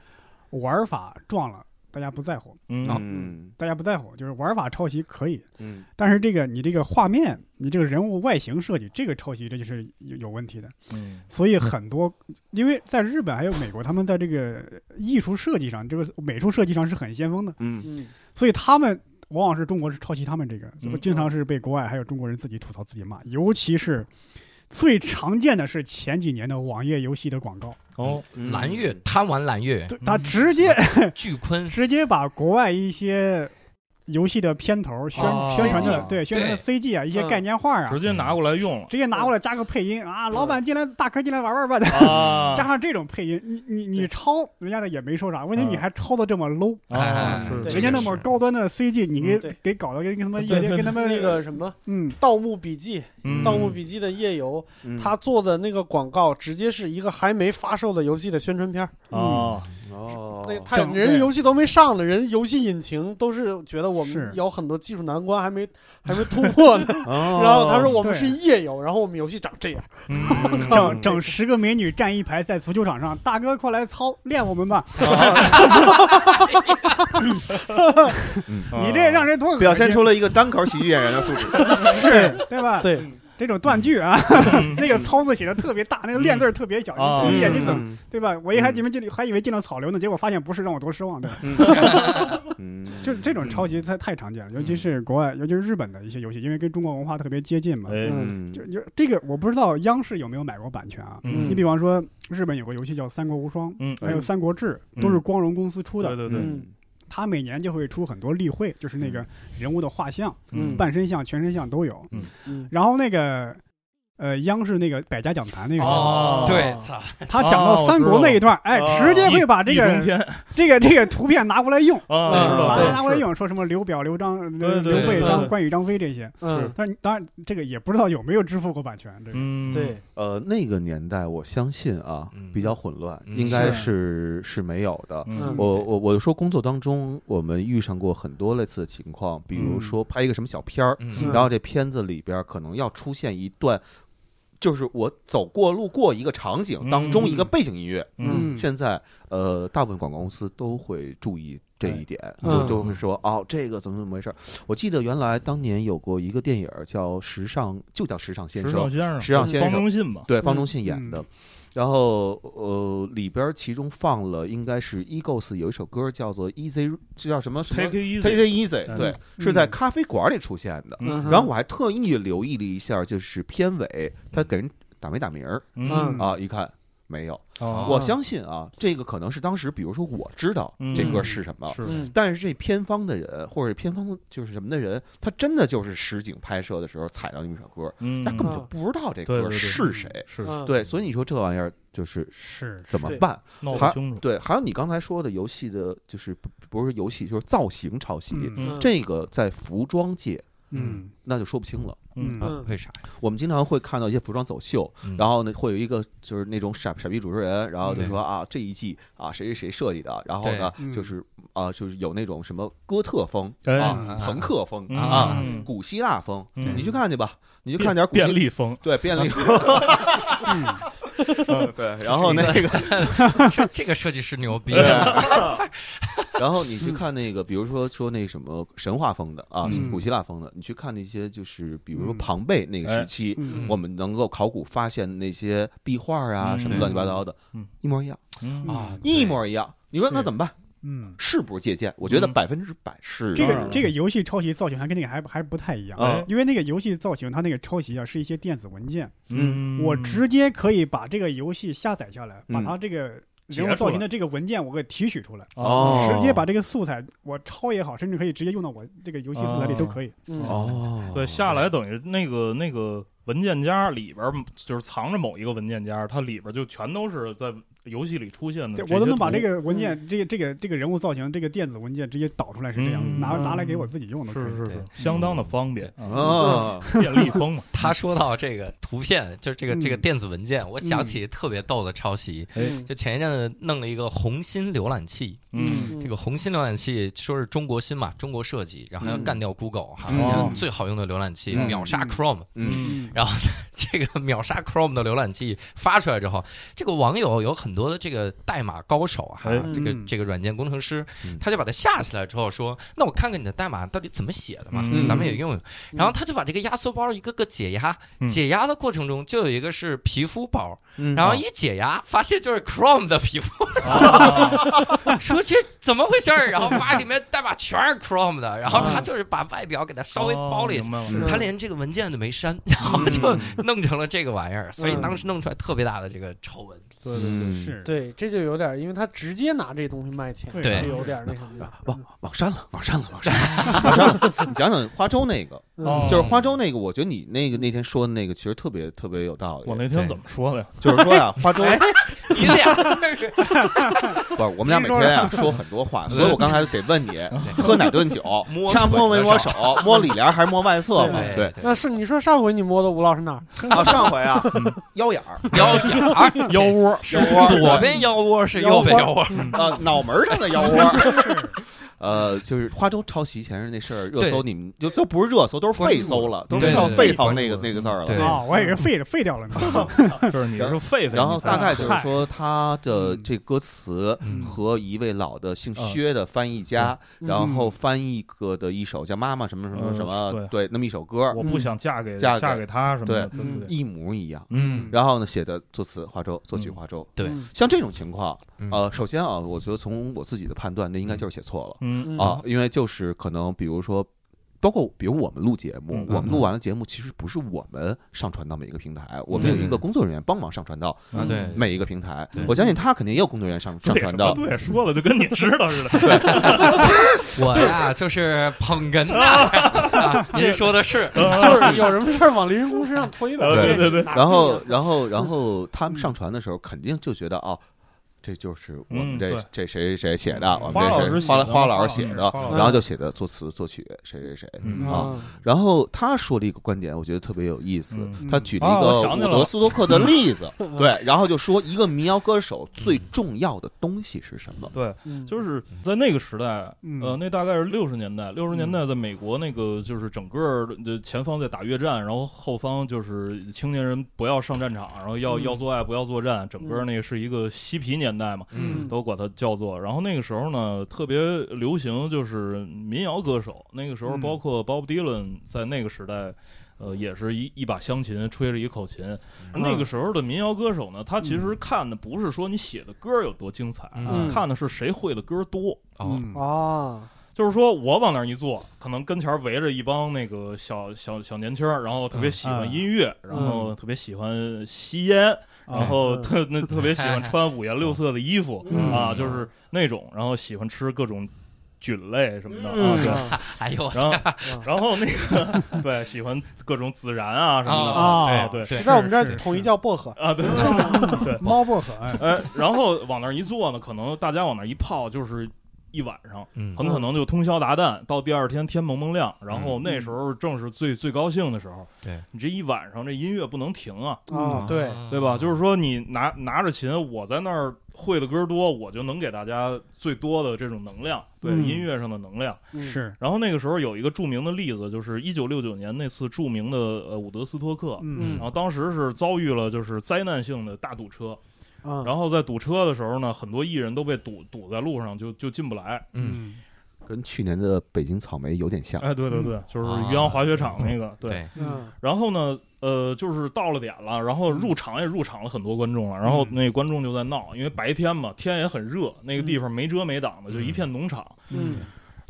玩法撞了，大家不在乎，
嗯
嗯
大家不在乎，就是玩法抄袭可以，
嗯
但是这个你这个画面，你这个人物外形设计，这个抄袭这就是有有问题的。
嗯
所以很多，因为在日本还有美国，他们在这个艺术设计上，这个美术设计上是很先锋的，
嗯
嗯
所以他们往往是中国是抄袭他们这个，
嗯
经常是被国外还有中国人自己吐槽自己骂，
嗯
尤其是最常见的是前几年的网页游戏的广告，
哦，
嗯，
蓝月贪玩蓝月，
嗯
对他直接、
巨坤
直接把国外一些。游戏的片头宣
啊
哦
宣传的
CG
对宣传的
对
CG 啊，一些
嗯
概念画啊
直，接拿过来
<laughs>
用了
直接拿过来加个配音啊，老板进来，大哥进来玩玩吧，
啊
加上这种配音，你你你
对
抄人家的也没说啥，问题
嗯
你还抄的这么 low，
哎
啊，是
对
人家那么高端的 CG，你给
嗯对
给搞得跟跟他们
对
有点跟他们
那个什么
嗯
《盗墓笔记》
嗯
《盗墓笔记》的夜游，
嗯
他做的那个广告直接是一个还没发售的游戏的宣传片儿。
啊，
哦
那个太
整
人
对
家游戏都没上呢，人家游戏引擎都是觉得我
是
们有很多技术难关还没还没突破
<laughs>
呢。
哦
然后他说我们
对
是夜游，然后我们游戏长这样。
嗯
整整十个美女站一排在足球场上，大哥快来操练我们吧， <laughs>
啊
你
哎
这让人多恶心
表现出了一个单口喜剧演员的素质，
是对吧？
对，
这种断句啊， <laughs> 那个操字写的特别大，那个练字儿特别小，
嗯啊
你眼睛怎么
嗯
对吧？我一还以为进还以为进了草流呢，结果发现不是，让我多失望。
<laughs>
对吧，
嗯
就是这种抄袭太太常见了，尤
嗯
其是国外，尤其是日本的一些游戏，因为跟中国文化特别接近嘛。
哎，
嗯
就就这个，我不知道央视有没有买过版权啊。
嗯
你比方说，日本有个游戏叫《三国无双》，
嗯，
还有《三国志》，
嗯
都是光荣公司出
对
的。
对对，
嗯
它每年就会出很多例会，就是那个人物的画像，
嗯
半身像、全身像都有。
嗯，
然后那个。呃，央视那个百家讲坛那个，
哦
对，操，
他讲到三国那一段，哎，
哦
直接会把这
中
个
篇
这个这个图片拿过来用，
<laughs> 啊，
拿
知道
过来拿
了，
过来用，说什么刘表、刘璋、
对
刘
对
刘备、
对
张
对
关羽、张飞这些。
嗯，
但是当然，这个也不知道有没有支付过版权，这个
嗯，
对，
呃，那个年代我相信啊
嗯，
比较混乱，
嗯
应该是是没有的。
嗯
我我我说工作当中，我们遇上过很多类似的情况，比如
嗯
说拍一个什么小片儿，
嗯
然后这片子里边儿可能要出现一段，就是我走过路过一个场景当中一个背景音乐。
嗯，
现在呃，大部分广告公司都会注意这一点，
哎
就
嗯
就会说哦，这个怎么怎么回事儿。我记得原来当年有过一个电影儿叫《时尚》，就叫《时尚先
时
生》，
尚先生，
时尚先
方
生
中信嘛，
对，方
嗯
中信演的。
嗯
然后呃，里边儿其中放了应该是 Eagles 有一首歌叫做 Easy，这叫什么什么
Take it
Take
easy，
it easy，
嗯
对，是在咖啡馆里出现的。
嗯
然后我还特意留意了一下，就是片尾他给人打没打名儿
嗯，
啊？一看没有。
啊
我相信啊，这个可能是当时，比如说我知道这歌是什么，
是
嗯
但是这片方的人或者片方就是什么的人，他真的就是实景拍摄的时候踩到那么一首歌，
嗯，
他根本就不知道这歌
对对对
是谁。
是
嗯
对，所以你说这玩意儿就是
是
怎么
对
办？
闹不清楚，
对，还有你刚才说的游戏的，就是不不是游戏，就是造型抄袭，
嗯
嗯
这个在服装界
嗯
那就说不清了。
嗯
嗯
为啥？
我们经常会看到一些服装走秀，
嗯
然后呢，会有一个就是那种傻傻逼主持人，然后
嗯
就
对
说啊，这一季啊谁谁谁设计的，然后呢
对嗯
就是啊就是有那种什么哥特风
哎
啊、
嗯
朋克风
嗯
啊、
嗯
古希腊风，
嗯
你去看去吧，你去
变
看点古希
便利风，
对便
<laughs>
利，嗯对，然后那个
这这个设计师牛逼，啊
然后你去看那个，比如说说那什么神话风的啊
嗯，
古希腊风的，你去看那些就是比如说
嗯
庞贝那个
哎
时期，
嗯
我们能够考古发现那些壁画啊
嗯
什么乱七八糟的
嗯，
一模一样，
嗯
啊，
一模一样。你说那怎么办？ <laughs>
嗯，
是不是借鉴？我觉得
嗯
百分之百是
这
当
个
然
这个游戏抄袭造型还跟那个还还不太一样，
嗯
哎
啊
因为那个游戏造型它那个抄袭啊是一些电子文件，
嗯，
我直接可以把这个游戏下载下来，把它这个
截
人
出
物造型
来
的这个文件我给提取出来。
哦
直接把这个素材我抄也好，甚至可以直接用到我这个游戏素材里都可以。
嗯
哦，
对，下来等于那个那个文件夹里边儿就是藏着某一个文件夹，它里边儿就全都是在游戏里出现的
这
这些
我都能把
图
这个文件、这个这个这个人物造型、这个电子文件直接导出来是这样，
嗯
拿
嗯
拿来给我自己用的。
是是是
对
相当的方便
啊，
便利蜂嘛，
他说到这个图片，就是这个这个
嗯
电子文件，我想起特别逗的抄袭，
嗯
就前一阵子弄了一个红心浏览器，
嗯
这个红心浏览器说是中国新嘛，中国设计，然后要
嗯
干掉 Google 哈，
嗯
人家最好用的浏览器
嗯
秒杀
嗯
Chrome，
嗯，
嗯
然后 <laughs> 这个秒杀 Chrome 的浏览器发出来之后，这个网友有很多的这个代码高手哈、
哎
这个
嗯
这个软件工程师
嗯，
他就把它下起来之后说，那我看看你的代码到底怎么写的嘛，
嗯
咱们也用用。然后他就把这个压缩包一个个解压，
嗯
解压的过程中就有一个是皮肤包，
嗯
哦
然后一解压发现就是 Chrome 的皮肤，
啊，
<laughs> 说这怎么回事儿？然后发现里面代码全是 Chrome 的，然后他就是把外表给它稍微包了一下
哦。明白了
嗯
是
他连这个文件都没
<laughs>
删，然后就弄成了这个玩意儿，所
嗯
以当时弄出来特别大的这个丑
<laughs>
闻。
对对
嗯
是，
对，这就有点儿，因为他直接拿这东西卖钱，
对
就有点儿那什么了。 <laughs>
往往删了，往删了，往删了，往删了。你讲讲花粥那个，
嗯
哦
就是花粥那个，我觉得你那个那天说的那个其实特别特别有道理。
我那天怎么说的呀？
就是说呀，花粥
你俩
<laughs>
真是
不是我们俩每天呀说很多话，所以我刚才得问你，喝哪顿酒
摸，
掐摸没摸手，摸里帘还是摸外侧嘛？
对
对，
嗯那是你说上回你摸的吴老师 <laughs> 哪儿？
<laughs> 啊，上回啊，腰眼儿，
腰眼儿，
<laughs> 腰窝儿，
是
腰窝
左边腰窝是右边腰窝，
呃，脑门儿上的腰窝儿。 <laughs> 呃，就是花粥抄袭前日那事儿热搜，你们就都不是热搜，都是沸搜了，都
对
是到
对
沸
对
腾
关
那
注
个
了
那个字儿了。
对
哦，我以为废了废掉了呢。
就是你是狒狒，
然后
你才
大概就是
嗨
说他的
嗯
这歌词
嗯
和一位老的姓
嗯
薛的翻译家，
嗯
然后翻译过的一首叫《妈妈》什么什么
嗯
什么，对，那么一首歌，
我不想嫁给
嫁给
给他什么的，
对
对不对？
一模一样。
嗯，
然后呢，写的作词华州，作曲
嗯
华州。
对
嗯
像这种情况，
嗯
呃，首先啊，我觉得从我自己的判断，那应该就是写错了
嗯
嗯
啊，因为就是可能比如说。包括比如我们录节目
嗯，
我们录完了节目，其实不是我们上传到每一个平台，我
嗯
们有
对
一个工作人员帮忙上传到
嗯
啊对
每一个平台
对。
我相信他肯定也有工作人员上上
对
传到，
对，说了就跟你知道似的。
我呀就是捧哏的，您说的是，
<laughs> 就是有什么事儿往邻人公身上推呗。
对
对对
哪儿
然后
都，
然后，然后
嗯
他们上传的时候，肯定就觉得哦，这就是我们
嗯
这
对
这谁谁谁写的，
嗯
我们
花老
这
师
谁花
写的
花
花
老
老
师写
师
的，
花老
师
然后就写的作词作曲谁谁谁。
嗯
啊
嗯
然后他说了一个观点，我觉得特别有意思，
嗯
他举了
啊
一
我
个
想
伍
起来
德
了
斯托克的例
<laughs>
子，
嗯啊 <laughs>
对，然后就说一个民谣歌手最重要的东西是什么？
对，
嗯
就是在那个时代，
嗯
呃，那大概是六十年代，六十年代在美国那个就是整个的前方在打越战，然后后方就是青年人不要上战场，然后要
嗯
要做爱不要作战，整个那个是一个嬉皮年代嘛，
嗯
都管它叫做。然后那个时候呢，特别流行就是民谣歌手。那个时候
嗯
包括 Bob Dylan 在那个时代，呃，
嗯
也是一一把香琴，吹着一口琴。那个时候的民谣歌手呢，他其实看的不是说你写的歌有多精彩，啊
嗯
看的是谁会的歌多。
哦，
嗯
啊，
就是说我往那儿一坐，可能跟前儿围着一帮那个小小小年轻儿，然后特
嗯
别喜欢音乐，然后特别喜欢吸烟，
啊
然后
嗯
特那特别喜欢穿五颜六色的衣服
嗯
啊，就是那种，然后喜欢吃各种菌类什么的
嗯
啊，
啊
哎呦，
对，然
嗯
后然后那个对喜欢各种孜然啊什么
哦
啊，
对
对
在我们这
是
儿
是
统一叫薄荷。
的啊，对，
猫薄荷，哎
呃，然后往那儿一坐呢，可能大家往那儿一泡就是一晚上。
嗯
很可能就通宵达旦，到第二天天蒙蒙亮，然后那时候正是最最高兴的时候。
嗯对，
你这一晚上这音乐不能停啊，
啊，对，
对
嗯
吧？就是说你拿拿着琴，我在那儿会的歌多，我就能给大家最多的这种能量，对、
嗯
音乐上的能量。
嗯
是，
然后那个时候有一个著名的例子，就是一九六九年那次著名的呃伍德斯托克，
嗯
然后当时是遭遇了就是灾难性的大堵车，
嗯
啊，
然后在堵车的时候呢，很多艺人都被堵堵在路上就就进不来。
嗯，
跟去年的北京草莓有点像。
哎，对对对，就是渔阳滑雪场那个，对。
对，
嗯
然后呢，呃，就是到了点了，然后入场也入场了很多观众了，然后
嗯
那观众就在闹，因为白天嘛，天也很热，那个地方没遮没挡的，就一片农场。
嗯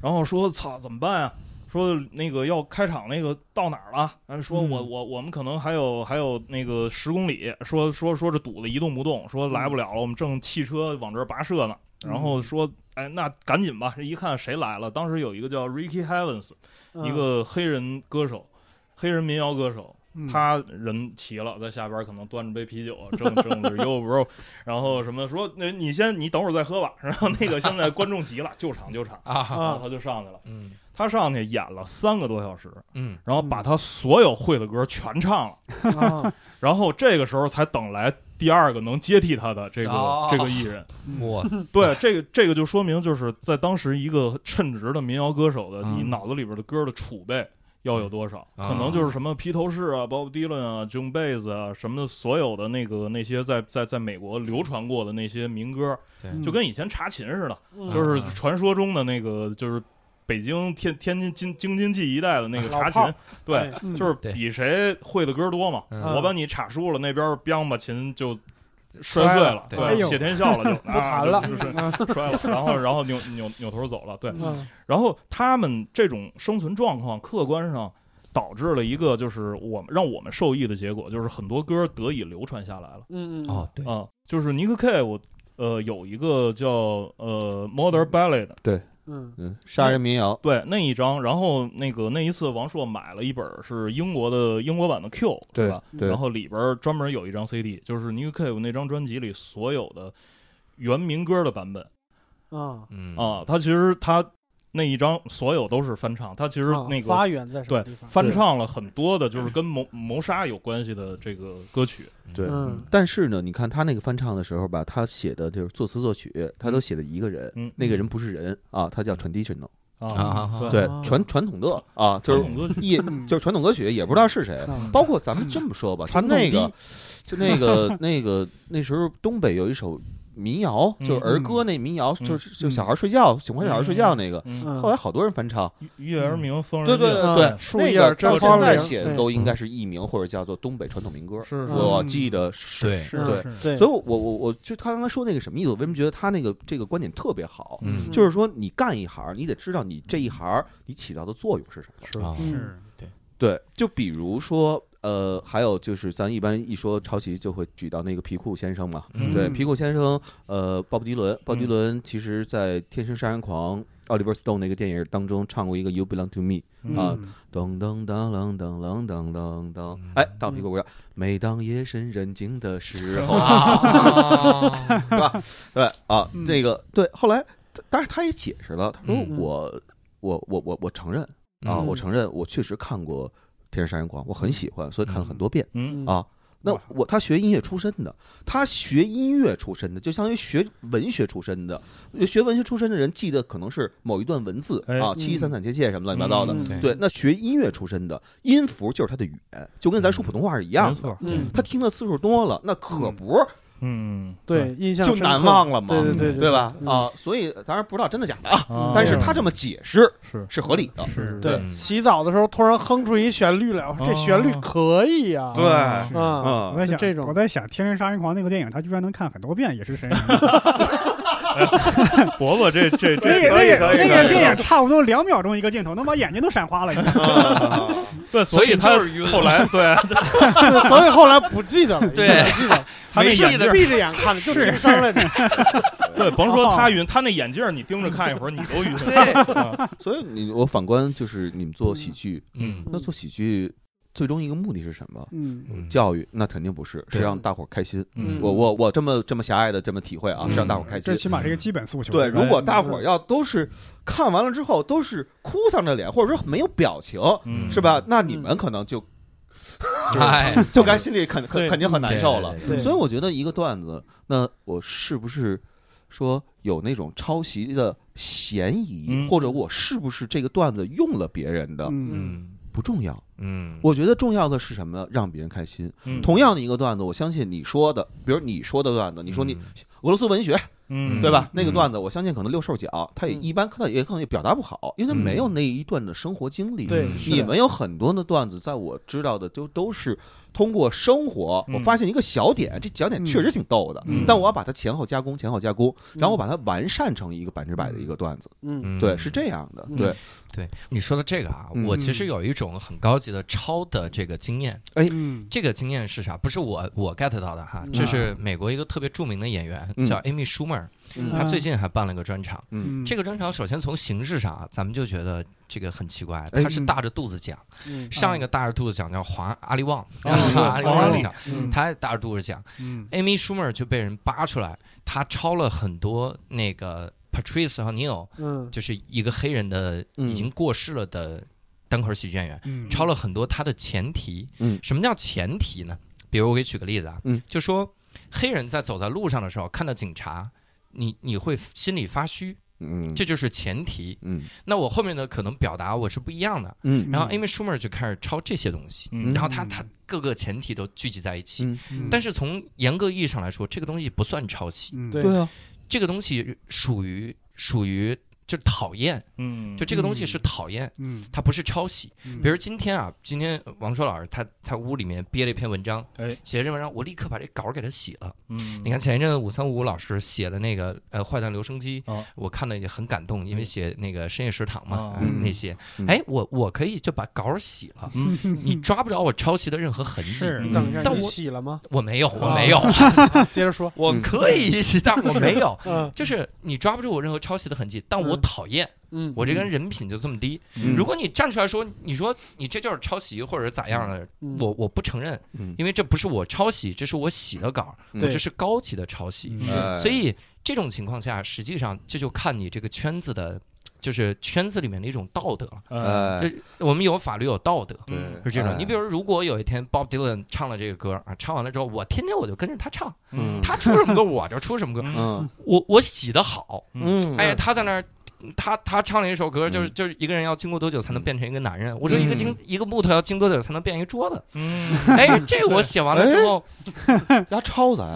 然后说：“操，怎么办呀？”说那个要开场，那个到哪儿了？然后说
嗯
我我我们可能还有还有那个十公里，说说说这堵的一动不动，说来不了了，我们正汽车往这儿跋涉呢。然后说，哎，那赶紧吧！这一看谁来了，当时有一个叫 Ricky Havens，
嗯
一个黑人歌手，黑人民谣歌手，
嗯
他人齐了，在下边可能端着杯啤酒， <laughs> 正正着 yo bro，然后什么说，那你先你等会儿再喝吧。 <laughs> 然后那个现在观众急了，救场救场，
啊，
然
啊
后他就上去了。
嗯
他上去演了三个多小时，
嗯
然后把他所有会的歌全唱了，
啊，
然后这个时候才等来第二个能接替他的这个、
哦
这个艺人。
我
<laughs> 对，这个这个就说明就是在当时一个称职的民谣歌手的，
嗯
你脑子里边的歌的储备要有多少？
啊
可能就是什么披头士啊、Bob Dylan 啊、June Baez 啊什么的，所有的那个那些在在在美国流传过的那些民歌，
对
就跟以前查琴似的，
嗯
就是
嗯
传说中的那个就是。北京天天津京京津冀一带的那个
老
查
炮
琴，对，
对
就是
哎对
比谁会的歌多嘛。
嗯
我把你查输了，那边儿梆把琴就摔碎了，
对
哎
对，
呦
谢天笑了就
不弹了
啊就就是 <laughs> 摔了，然后然后扭扭扭头走了，对。
嗯
然后他们这种生存状况，客观上导致了一个就是我们让我们受益的结果，就是很多歌得以流传下来了
嗯嗯
哦对
啊、就是尼克 K，我呃有一个叫呃 Mother Ballad，
嗯
嗯，杀人民谣，
对那一张，然后那个那一次王朔买了一本是英国的英国版的 Q，吧？
对
然，后里边儿专门有一张 CD，就是 New Cave 那张专辑里所有的原民歌的版本
啊
嗯
啊。它其实它那一张所有都是翻唱，它其实
啊
那个
发源在什么
对
地方？
翻唱了很多的，就是跟谋谋杀有关系的这个歌曲。
对
嗯
但是呢，你看他那个翻唱的时候吧，他写的就是作词作曲，他都写的一个人，
嗯
那个人不是人啊，他叫 traditional，
啊
对
对
啊，
传传统乐啊，就
传
是
统歌曲
一就是传统歌曲，也不知道是谁。
嗯
包括咱们这么说吧，就
传统
那个
低，
就那个那个那时候东北有一首民谣，
嗯
就是儿歌那民谣，
嗯
就是就小孩睡觉，喜欢小孩睡觉那个。
嗯，
嗯
后来好多人翻唱，
月儿明风儿
对对
尽
对
嗯
对，
树
那
叶
个
儿沾
到现
花
在
铃
写的
对嗯
都应该是艺名或者叫做东北传统民歌。
是是
我记得是
对
是
嗯
对
对，
所以我，我我就他刚才说那个什么意思？我为什么觉得他那个这个观点特别好？
嗯
就是说，你干一行，你得知道你这一行你起到的作用是什么。
啊
嗯
是
对，就比如说，呃，还有就是，咱一般一说抄袭，就会举到那个皮库先生嘛。
嗯
对，
嗯
皮库先生，呃，鲍勃迪伦，鲍勃迪
嗯
伦其实在《天生杀人狂》奥利弗·斯顿那个电影当中唱过一个《You Belong to Me》。啊，
嗯
噔噔噔噔噔噔噔噔噔，哎，到皮库国家。每当夜深人静的时候，
啊
<laughs> 是吧？对啊
嗯，
这个对。后来，但是他也解释了，他说
嗯
我我我我我承认啊，
嗯
我承认我确实看过《天生杀人狂》，我很喜欢，所以看了很多遍。
嗯
啊那
哇
我他学音乐出身的，他学音乐出身的，就相当于学文学出身的。学文学出身的人记得可能是某一段文字
哎
啊，七七三惨切切什么乱七八糟的。
嗯
对
对，那学音乐出身的，音符就是他的语言，就跟咱说普通话是一样
没
的。
错，
嗯
他听的次数多了，那可
嗯
不是
嗯，
对印象
就
深
难
刻
忘了嘛，
对对对
对吧？
嗯
啊，所以当然不知道真的假的啊，
啊
但是他这么解释
是
是合理的。
是
对，
嗯
洗澡的时候突然哼出一旋律来，我说这旋律可以呀、
对
啊
啊，
我
嗯，
在想，
这种
我在想，《天生杀人狂》那个电影，他居然能看很多遍，也是神人。
伯伯这这这
那个那
可以
个
可以
那
可
个
以
电影差不多两秒钟一个镜头，能把眼睛都闪花了。
对，
所以
他
就是晕 <laughs>
后来对
对所以后来不记得了，
对
已经不记得了，
他那
没
眼
戏
镜
的
<laughs>
儿
闭着眼看的，就听声来着。
对，甭
哦
说他晕，他那眼镜儿你盯着看一会儿，你
<laughs>
都晕。
对
啊
所以你我反观就是你们做喜剧，
嗯
那做喜剧最终一个目的是什么？
嗯，
嗯
教育那肯定不是，是
对
让大伙儿开心。
嗯
我我我这么这么狭隘的这么体会啊，
嗯
是让大伙儿开
这
心。
起码是一个基本诉求。
对，
吧
如果大伙儿要都是看完了之后都是哭丧着脸，或者说没有表情，
嗯
是吧？那你
嗯
们可能就
哎
就该心里肯肯
对
肯定很 <laughs> 难受了。
对
对
所以我觉得一个段子，那我是不是说有那种抄袭的嫌疑，
嗯
或者我是不是这个段子用了别人的，
嗯
嗯
不重要。
嗯
我觉得重要的是什么呢？让别人开心。
嗯
同样的一个段子，我相信你说的，比如你说的段子，你说你
嗯
俄罗斯文学，
嗯，
对吧？
嗯
那个段子，我相信可能六兽讲，他也
嗯
一般，他也可能也表达不好，因为他
嗯
没有那一段的生活经历。
对，
嗯
是的
你们有很多的段子，在我知道的就都是通过生活，
嗯
我发现一个小点，这小点确实挺逗的，
嗯
但我要把它前后加工，前后加工，
嗯
然后我把它完善成一个百分之百的一个段子。
嗯
嗯
对，是这样的。
嗯
对，
对你说的这个啊，
嗯
我其实有一种很高级的抄的这个经验。
嗯
这个经验是啥？不是我我 get 到的哈，
嗯
这是美国一个特别著名的演员
嗯
叫 Amy Schumer，、儿，他最近还办了个专场。
嗯，
这
个
个专场首先从形式上，啊，咱们就觉得这个很奇怪，
哎
他是大着肚子讲。
嗯
上一个大着肚子讲叫黄阿里旺，
哦
<laughs> 阿里旺
哦
里讲，他也大着肚子讲
嗯
，Amy Schumer 就被人扒出来，他抄了很多那个 Patrice O'Neill，
嗯
就是一个黑人的
嗯
已经过世了的单口喜剧演员，
嗯，
抄了很多他的前提。
嗯
什么叫前提呢？比如我给举个例子啊，
嗯
就说黑人在走在路上的时候看到警察，你你会心里发虚，
嗯
这就是前提。
嗯
那我后面的可能表达我是不一样的。
嗯
然后 Amy Schumer 就开始抄这些东西，
嗯
然后他他各个前提都聚集在一起。
嗯，
嗯，
但是从严格意义上来说，这个东西不算抄袭，
嗯
对
对啊，
这个东西属于属于就是讨厌，
嗯，
就这个东西是讨厌，
嗯，
它不是抄袭。
嗯
比如今天啊，今天王硕老师他他屋里面憋了一篇文章，
哎，
写这文章，我立刻把这稿儿给他写了。
嗯，
你看前一阵五三五老师写的那个呃《坏蛋留声机》
哦
我看了也很感动，因为写那个深夜食堂嘛
哦、
哎那些，
嗯
哎，我我可以就把稿儿洗了，你抓不着我抄袭的任何痕迹。
是
嗯
嗯等一下，
但
你
我
洗了吗？
我没有，我
啊
没有，
接着说，
我可以，但我没有。
嗯
就是你抓不住我任何抄袭的痕迹，但我
嗯
讨厌，
嗯，
我这个人人品就这么低。
嗯
如果你站出来说，你说你这就是抄袭或者是咋样的，
嗯
我我不承认，
嗯
因为这不是我抄袭，这是我洗的稿，
嗯
我这是高级的抄袭。
嗯
哎
所以这种情况下，实际上这就看你这个圈子的，就是圈子里面的一种道德了。
哎，
哎
就我们有法律有道德。
对
嗯
是这种，
哎
你比如如果有一天 Bob Dylan 唱了这个歌啊，唱完了之后，我天天我就跟着他唱，
嗯
他出什么歌我就出什么歌，
嗯
我我洗的好，
嗯
哎，他在那儿，他他唱了一首歌，就是
嗯
就是一个人要经过多久才能
嗯
变成一个男人？我说一个经一个木头要经多久才能变一个桌
<laughs>
子？
嗯，
哎，这我写完了之后，
丫抄咱，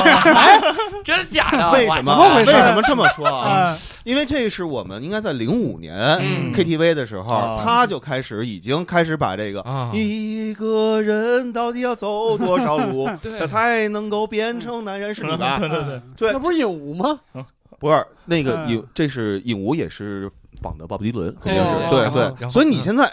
哎真的假的？
哎为
哇
什
怎么啊回
么？啊为
事
什么这么说
<laughs>
啊？
啊，
因为这是我们应该在零五年
嗯
KTV 的时候
哦，
他就开始已经开始把这个
啊？
一个人到底要走多
<laughs>
少路，
对
他才能够变成男人？是
<laughs>
你吧？
对对，
对
那，不是影无吗？
不是那个
嗯
影，这是影无也是仿的鲍勃迪伦，肯
对
定
然
是
后
对
然后嗯
对。所以你现在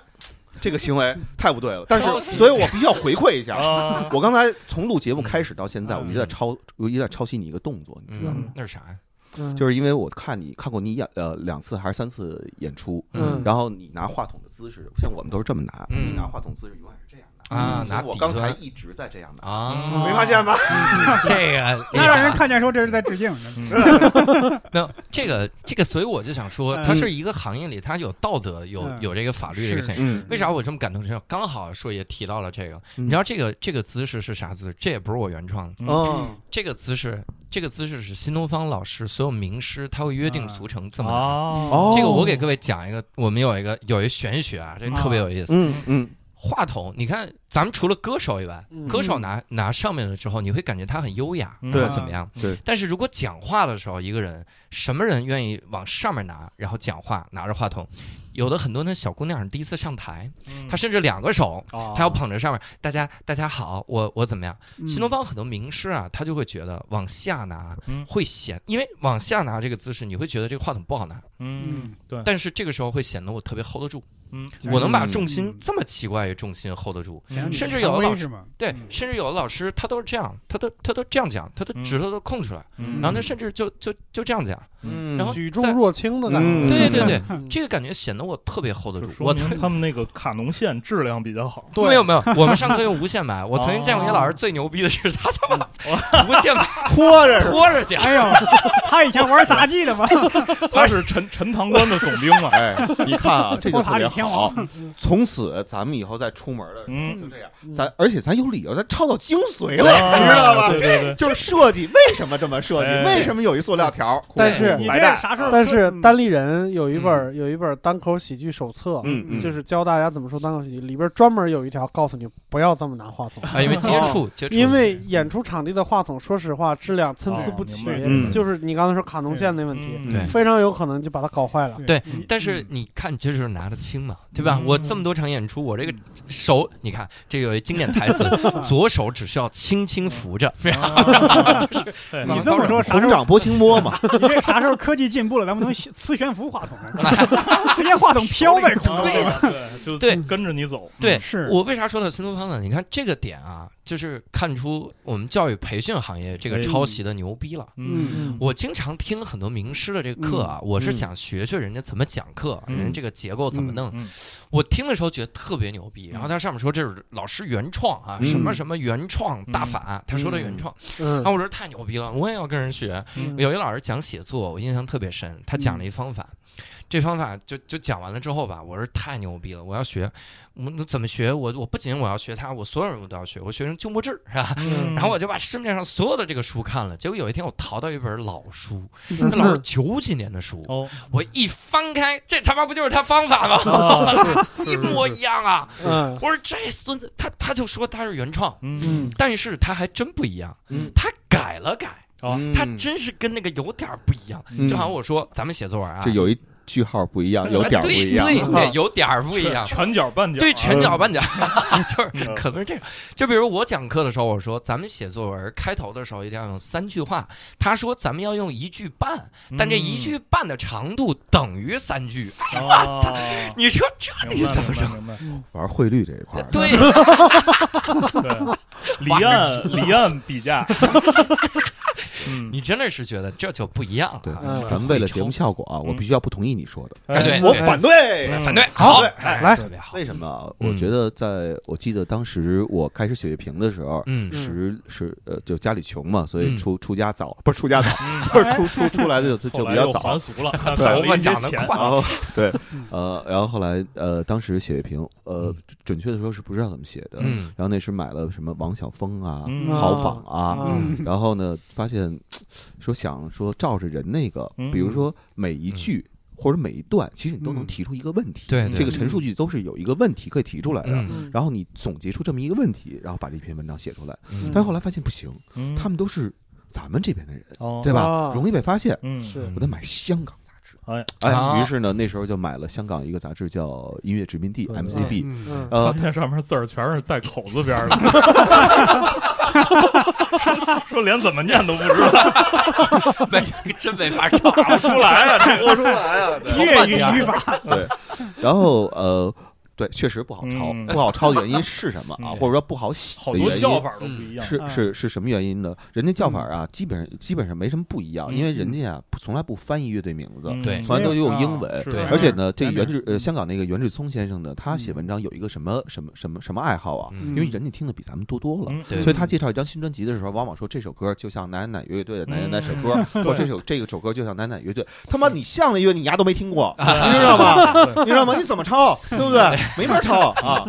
这个行为太不对了，但
抄
是
袭哦
所以我必须要回馈一下。
<laughs>
啊，
我刚才从录节目开始到现在，我
嗯
一直在抄，我一直在抄袭你一个动作，你知道吗？
嗯，那是啥呀？
嗯
就是因为我看你看过你演呃两次还是三次演出，
嗯
然后你拿话筒的姿势，像我们都是这么拿，
嗯
你拿话筒姿势永远是这样拿
啊
所以
拿
嗯我
底
刚才嗯
端
一直在这 <laughs> 样拿，
嗯
啊，
没发现吗？
这
<laughs>
个
那让人看见说这是在致敬，
嗯
没有这个这个，所以我就想说，
嗯
它是一个行业里，它有道德，有
嗯
有这个法律这个现象。
嗯
为啥我这么感同身受？刚好硕爷提到了这个，
嗯
你知道这个这个姿势是啥姿势？这也不是我原创的，
嗯
这个姿势，这个姿势是新东方老师所有名师他会约定俗成这么拿。
啊，
哦，
这个我给各位讲一个，我们有一个有一玄学啊，这个特别有意思。
嗯嗯
话筒，你看咱们除了歌手以外，
嗯
歌手拿拿上面了之后，你会感觉他很优雅，
嗯
或者怎么样？
对。
但是如果讲话的时候，一个人什么人愿意往上面拿，然后讲话拿着话筒？有的很多那小姑娘第一次上台，
嗯
她甚至两个手，
他
她要捧着上面，大家大家好，我我怎么样？
嗯
新东方很多名师啊，他就会觉得往下拿
嗯
会显，因为往下拿这个姿势，你会觉得这个话筒不好拿，
嗯，对，
但是这个时候会显得我特别 hold 得住，
嗯
我能把重心这么奇怪的重心 hold 得住。
想起
甚至
常
有的
嗯威
老
是吗？
对
嗯，
甚至有的老师他都是这样，他都他都这样讲，他的
嗯
指头都空出来，
嗯
然后他甚至就就就这样讲，
嗯，
然后
举重若轻的感
嗯
觉，
对对对，
嗯
这个感觉显得我特别 hold 得住。
说
我曾 <laughs>
明他们那个卡农线质量比较好，
没有没有，我们上课用无线买，我曾经见过一个老师最牛逼的是他他妈无线买
拖着是吧
拖着讲，
哎呦，他以前玩杂技的嘛，
他是陈陈塘关的总兵
<laughs>
嘛，
哎，你看啊，这就
托
特
塔
别
李天
好
王。
从此咱们以后再出门的时候
嗯
就这样，
嗯
咱而且咱有理由，咱抄到精髓了，
啊
你知道吧
对？对
就是设计为什么这么设计？
哎
为什么有一塑料条？
但是
你
白
这
带，
啥事儿？
但是
嗯
单立人有一本儿有一本儿单口喜剧手册，
嗯嗯
就是教大家怎么说单口喜剧，里边儿专门有一条告诉你不要这么拿话筒，
啊，因为接触接触，
因为演出场地的话筒，说实话质量参差
哦
不齐
明白，
嗯
就是你刚才说卡农线那问题，
对
对
非常有可能就把它搞坏了。
对
你
但是
嗯
你看，这就是拿得清嘛，对吧？
嗯
我这么多场演出，我这个手，你看，这有一经典台词，左手只需要轻轻扶着，
对，
你这么说，啊啥时
红
候
掌拨清波嘛，
你这啥时候科技进步了，咱们能磁悬浮话筒了？直接话筒飘在空中。
对，就
对
跟着你走。
对
是
我为啥说到新东方呢？你看这个点啊，就是看出我们教育培训行业这个
哎
抄袭的牛逼了。
嗯
我经常听很多名师的这个课啊，我是想学学人家怎么讲课，
嗯
人家这个结构怎么弄。
嗯嗯
我听的时候觉得特别牛逼，然后他上面说这是老师原创啊，
嗯
什么什么原创大法，他说的原创，
嗯
然后我说太牛逼了，我也要跟人学。有一老师讲写作，我印象特别深，他讲了一方法。这方法就就讲完了之后吧，我说太牛逼了，我要学，我我怎么学？我我不仅我要学他，我所有人我都要学，我学成鸠摩智是吧？
嗯
然后我就把市面上所有的这个书看了，结果有一天我淘到一本老书，
嗯
那
<laughs>
老是九几年的书，
哦， <laughs>
我一翻开，这他妈不就是他方法吗？
<laughs> 啊
一模一样啊！
嗯
我说这孙子，他他就说他是原创，
嗯，
但是他还真不一样
嗯，
他改了改，
啊
他真是跟那个有点不一样。
嗯
就好像我说咱们写作文啊
这，有一句号不一
<laughs>
样，有
哎
点儿不
对
一样。
对对
啊，
有点儿不一样，
拳脚绊脚，
对，拳
嗯
脚绊脚， <laughs> 就是
嗯
可能是这样。就比如我讲课的时候，我说咱们写作文开头的时候一定要用三句话，他说咱们要用一句半，但这一句半的长度等于三句。
嗯，
哇
我
操！你说这你
明白
怎么
明
整？
白明
<laughs>
白
玩汇率这一块儿，
对， <laughs>
对，离岸离岸比价，嗯，
你真的是觉得这就不一样了
对
啊。
嗯
这
咱们为了节目
会
效果啊，我
嗯
必须要不同意你说的。
哎对
我
哎
反对。
冲
嗯
反对，好，哎
来
特别好
为。什么啊？
嗯
我觉得在，我记得当时我开始写乐评的时候，
嗯
十是呃，就家里穷嘛，所以
嗯
出出家早，嗯不是出家早， <laughs> 不是出出出来的就就
后
比
来
较
又
早
还。俗
<laughs>
了，攒了一些
头发长得
钱，啊
快
然后
<laughs>
对，呃，然后后来呃，当时写乐评，呃，准确的说是不知道怎么写的。
嗯
然后那时买了什么王晓峰啊、
嗯
豪仿啊，
啊
嗯
然后呢，发现说想说照着人那个，
嗯
比如说每一句或者每一段，其实你都能
嗯
提出一个问题。
对对
这个陈述句都是有一个问题可以提出来的。
嗯
然后你总结出这么一个问题，然后把这篇文章写出来。
嗯
但后来发现不行，
嗯
他们都是咱们这边的人，
哦
对吧
哦？
容易被发现。
嗯
是
我得买香港杂志。
哎
啊
哎，于是呢，那时候就买了香港一个杂志叫《音乐殖民地
对》
（MCB）。
嗯
嗯
呃
发，现上面字儿全是带口字边儿的，说说连怎么念都不知道，
没真没法找。
打不出来啊！这
我出来
<laughs>
啊！
粤语语法，
对，然后呃，对，确实不好抄，
嗯
不好抄的原因是什么啊？
嗯
或者说不好写
好
的
多
原因
叫法都不一样，
是
嗯
是是什么原因呢？人家叫法啊，基本上基本上没什么不一样，因为人家啊不从来不翻译乐队名字，
嗯
对
从来都用英
没
文。
是
对
而且呢，这个
原
袁
名
志呃，香港那个袁志聪先生呢，他写文章有一个什么什么什么什么爱好啊？
嗯
因为人家听的比咱们多多了，
嗯
对
所以他介绍一张新专辑的时候，往往说这首歌就像哪哪哪乐队的哪哪哪首歌， <laughs> 或者这首这个首歌就像哪哪哪乐队。他妈，你像的乐你丫都没听过，你知道吗？你知道吗？你怎么抄，对不对？没法抄啊！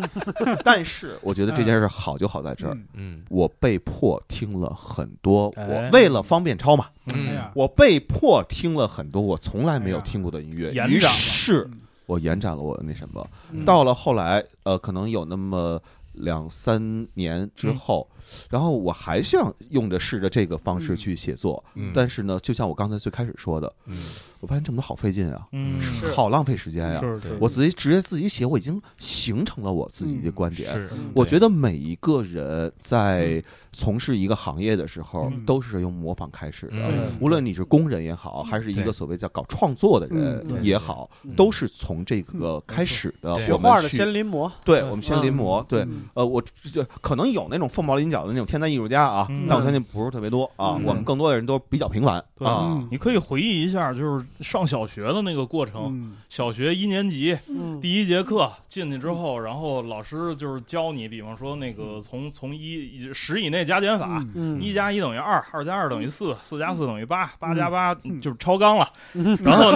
但是我觉得这件事好就好在这儿，
嗯
嗯
我被迫听了很多，
哎啊
我为了方便抄嘛，
哎
嗯
呀，
我被迫听了很多我从来没有听过的音乐
哎呀，
于
延展了
是
嗯
我延展了我那什么。
嗯
到了后来，呃，可能有那么两三年之后，
嗯
然后我还想用着试着这个方式去写作，
嗯
但是呢，就像我刚才最开始说的，
嗯
我发现这么多好费劲啊，
嗯
是
好浪费时间呀、
是是，
我自己直接自己写，我已经形成了我自己的
嗯
观点。
是，
我
得
觉得每一个人
嗯
在从事一个行业的时候
嗯，
都是用模仿开始的。
嗯
无论你是工人也好，还是一
对
个所谓叫搞创作的
嗯
人
对
也好
嗯，
都是从这个开始的。
对
学
我
画
们
的
去
先临摹，
对，
嗯
我们先临摹。对，
嗯
呃，我这可能有那种凤毛麟角的那种天才艺术家啊
嗯，
但我相信不是特别多啊
嗯。
我们更多的人都比较平凡
对
啊。
你可以回忆一下，就是上小学的那个过程。
嗯
小学一年级
嗯
第一节课进去之后，然后老师就是教你，比方说那个从从一十以内加减法，
嗯
嗯
一加一等于二，二加二等于四，四加四等于八，八
嗯
加八
嗯
就是超纲
<laughs>
了。
嗯
然后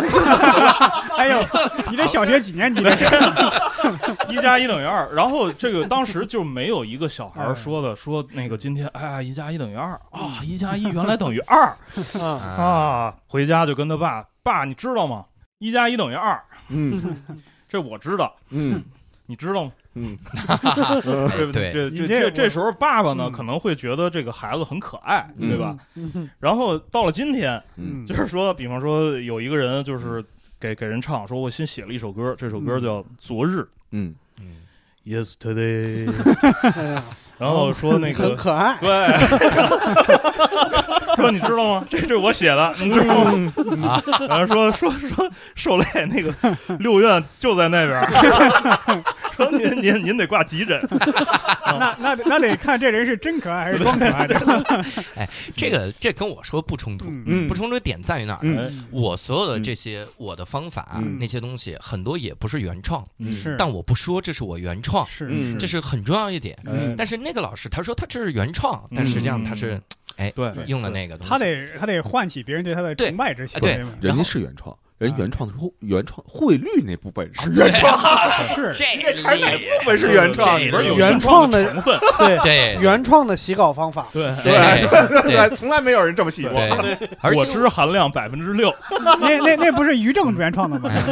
哎呦，你这小学几年级？这是
一加一等于二，然后这个当时就没有一个小孩
哎
儿说的，说那个今天哎一加一等于二啊，
嗯
一加一原来等于二
<laughs> 啊
啊，
啊，回家就跟他爸，爸你知道吗？一加一等于二，
嗯
这我知道，
嗯
你知道吗？
嗯，
对不
对
这
你
这
这
这
我
这时候爸爸呢
嗯
可能会觉得这个孩子很可爱，
嗯
对吧？？
嗯
然后到了今天，
嗯
就是说，比方说有一个人就是给给人唱，说我新写了一首歌，这首歌叫《昨日
嗯，》
（Yesterday），
哎呀
然后说那
很
个
可爱，
对， <laughs> 说你知道吗？这是我写的，你知道吗？啊然后说说说受累，那个六院就在那边儿， <laughs> 说您您您得挂急诊。
那那得那得看这人是真可爱还是装可爱的。 <laughs>
这个这跟我说不冲突，
嗯
不冲突点在于哪儿呢？
哎
嗯，
我所有的这些我的方法
嗯
那些东西，很多也不是原创，
嗯
是，
但我不说这是我原创，
是
嗯哎
是
这是很重要一点。
嗯
但是那个老师他说他这是原创，但实际上他是
对，
用了那个东西。
他得他得唤起别人对他的
对
崇拜之情，
对
吧
人
然后
家是原创，人
啊
原创的是原创汇率那部分是原创，
是
这厉害
部分是原创，
这
里
哎里边
边
有
有
原创的
成分。
对
对
原创的洗稿方法，
对，
对对
对，从来没有人这么写过。
对，而且
果汁含量百分之六。
那那那不是于正原创的吗？
哎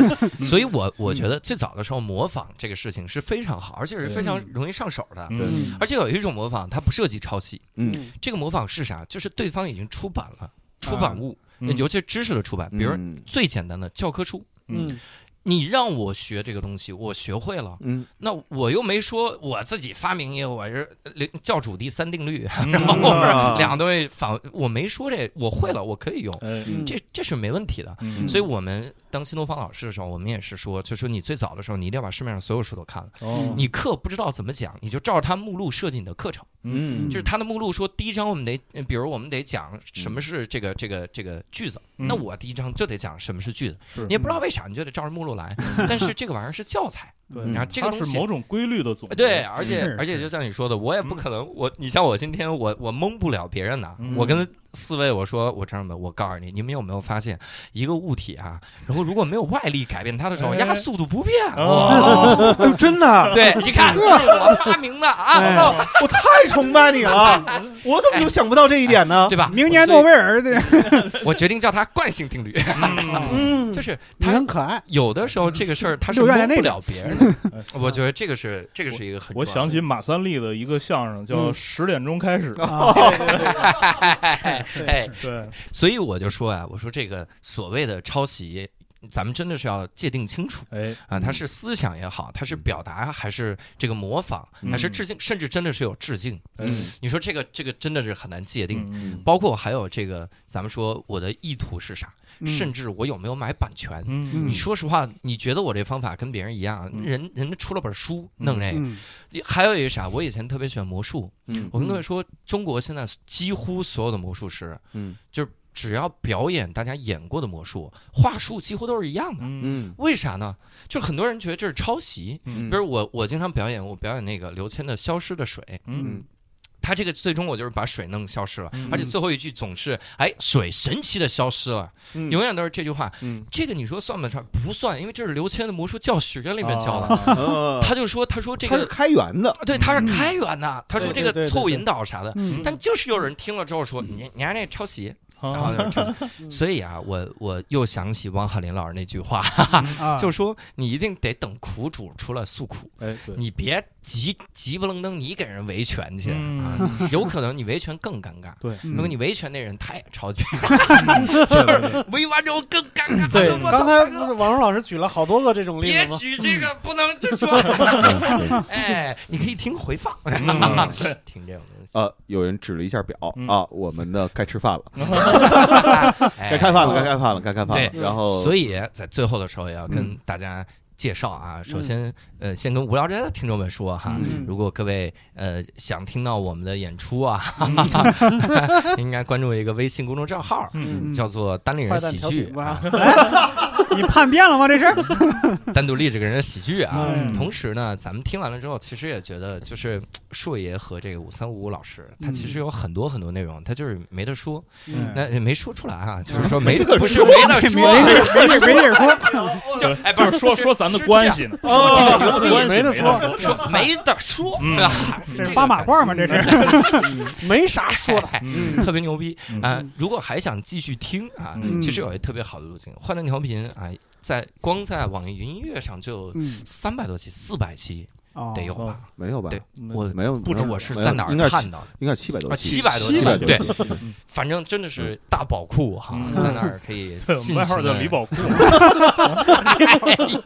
所以我我觉得最早的时候模仿这个事情是非常好，而且是非常容易上手的。
嗯
而且有一种模仿，它不涉及抄袭。
嗯，
这个模仿是啥？就是对方已经出版了出版物，
嗯
尤其是知识的出版，比如
嗯
最简单的教科书。
嗯，
你让我学这个东西，我学会了，
嗯，
那我又没说我自己发明一个，我是呃教主第三定律，
嗯
然后我
啊
说两个东西反，我没说这，我会了，我可以用，
哎
嗯
这这是没问题的。
嗯
所以我们当新东方老师的时候，我们也是说，就说你最早的时候，你一定要把市面上所有书都看了。
哦
你课不知道怎么讲，你就照着他目录设计你的课程。
嗯
就是他的目录说，第一章我们得，呃比如我们得讲什
嗯
么是这个这个这个句子，
嗯
那我第一章就得讲什么是句子。
是
你也不知
嗯
道为啥，你就得照着目录来。但是这个玩意儿是教材，
对
然后这个
嗯它
东
是
西
某种规律的总结。
对，啊而且
是
而且
是嗯
就像你说的，我也不可能，我你像我今天我我蒙不了别人呐
嗯。
我跟四位我说，我这样吧，我告诉你，你们有没有发现一个物体啊，然后如果没有外力改变它的时候，
哎
压速度不变。
<laughs>
哦，
哎呦，真的，
对，你看，这是我发明的啊，
哎
我太崇拜你了，我怎么就想不到这一点呢？
对吧？
明年诺贝尔的
我决定叫它惯性定律，
嗯，
就是
你
它
很可爱，
有的时候这个事儿它是
六
蒙
院在那
不
边
了别人的。 <laughs>
哎
我觉得这个是这个是一哦个 <laughs> 很
我
重要
想
的
起马三立的一个相声，叫《
嗯
十点钟开始》。
啊，
<laughs> 哎，
对，
所以我就说啊，我说这个所谓的抄袭，咱们真的是要界定清楚。
哎，
啊，它是思想也好，它是表达还是这个模仿，还是致敬，甚至真的是有致敬。
嗯
你说这个这个真的是很难界定。
嗯
包括还有这个，咱们说我的意图是啥，
嗯
甚至我有没有买版权。
嗯
你说实话，你觉得我这方法跟别人一样？啊人人家出了本书弄这个，
嗯
还有一个啥？我以前特别喜欢魔术，
嗯
我跟各位说，中国现在几乎所有的魔术师，
嗯
就是只要表演大家演过的魔术，话术几乎都是一样的。
嗯
嗯
为啥呢？就是很多人觉得这是抄袭，
嗯，
比如我我经常表演，我表演那个刘谦的《消失的水》，
嗯
他这个最终我就是把水弄消失了，而且最后一句总是哎水神奇的消失了，
嗯
永远都是这句话。
嗯
这个你说算不算？不算，因为这是刘谦的魔术教学里面教 <laughs> 的。
的。
呃
他就说他说这
它是
个。
开源的，
对，他是开源的，他说这
对对对
个
对
错误
对
引导啥的，
嗯
但就是有人听了之后说你你还那抄袭，然后
啊
就是抄袭所以啊，我我又想起汪翰林老师那句话，<laughs>
啊，
就说你一定得等苦主出来诉苦，
哎，对，
你别急急不楞登，你给人维权去
嗯
啊，有可能你维权更尴尬。 <laughs>
对，
如果你
嗯
维权那人他也抄袭，
就是
维完之后更尴尬。
对
说，我操
刚才
大
不
哥
是王茹老师举了好多个这种例
别
子吗？
举这个，不能
<laughs>
就说，哎，你可以听回放，
嗯
<laughs> 听这种东西。
呃，有人指了一下表
嗯
啊，我们的该吃饭了，
哎
该开饭了，哦该开饭了，该开饭了。
对
然后，
所
以
以在最后的时候也要
嗯
跟大家介绍啊，首先呃，先跟无聊斋的听众们说哈。
嗯
如果各位呃想听到我们的演出啊，
嗯
<laughs> 应该关注一个微信公众账号，
嗯
叫做“单立人
坏蛋
喜
调
剧
皮”吧，
你叛变了吗？这是
单独立这个人的喜剧啊。
嗯
同时呢，咱们听完了之后，其实也觉得就是嘖硕爷和这个五三五五老师，他其实有很多很多内容，他就是没得说，
嗯
哎
那也没说出来啊，就是说没得不
<laughs>
是没得
没
说
没
啊，
没没没地儿
<laughs>
说，
就是哎，不
就是说
是哦
说咱的关系呢，说这个关系
没得
说
说，
说啊没得说，
嗯
是吧
这
这
是
个
八马褂吗？这是
没啥说的，
特别牛逼
嗯
啊！如果还想继续听啊，
嗯
其实有一特别好的路径，换蛋调频啊，在光在网易云音乐上就有
嗯
三百多期，四百期
哦
得有吧？
没有吧？
对
我
我
没有，
不
没
止，
有
我是
没有
在哪
应
儿
该
看到的？
应该七百多
啊，
期，
七百多
期
期，
700多
对，
期
反正真的是大宝库哈，
嗯
在那儿可以进 <laughs>
外号
行
叫
了
李。宝库，
嗯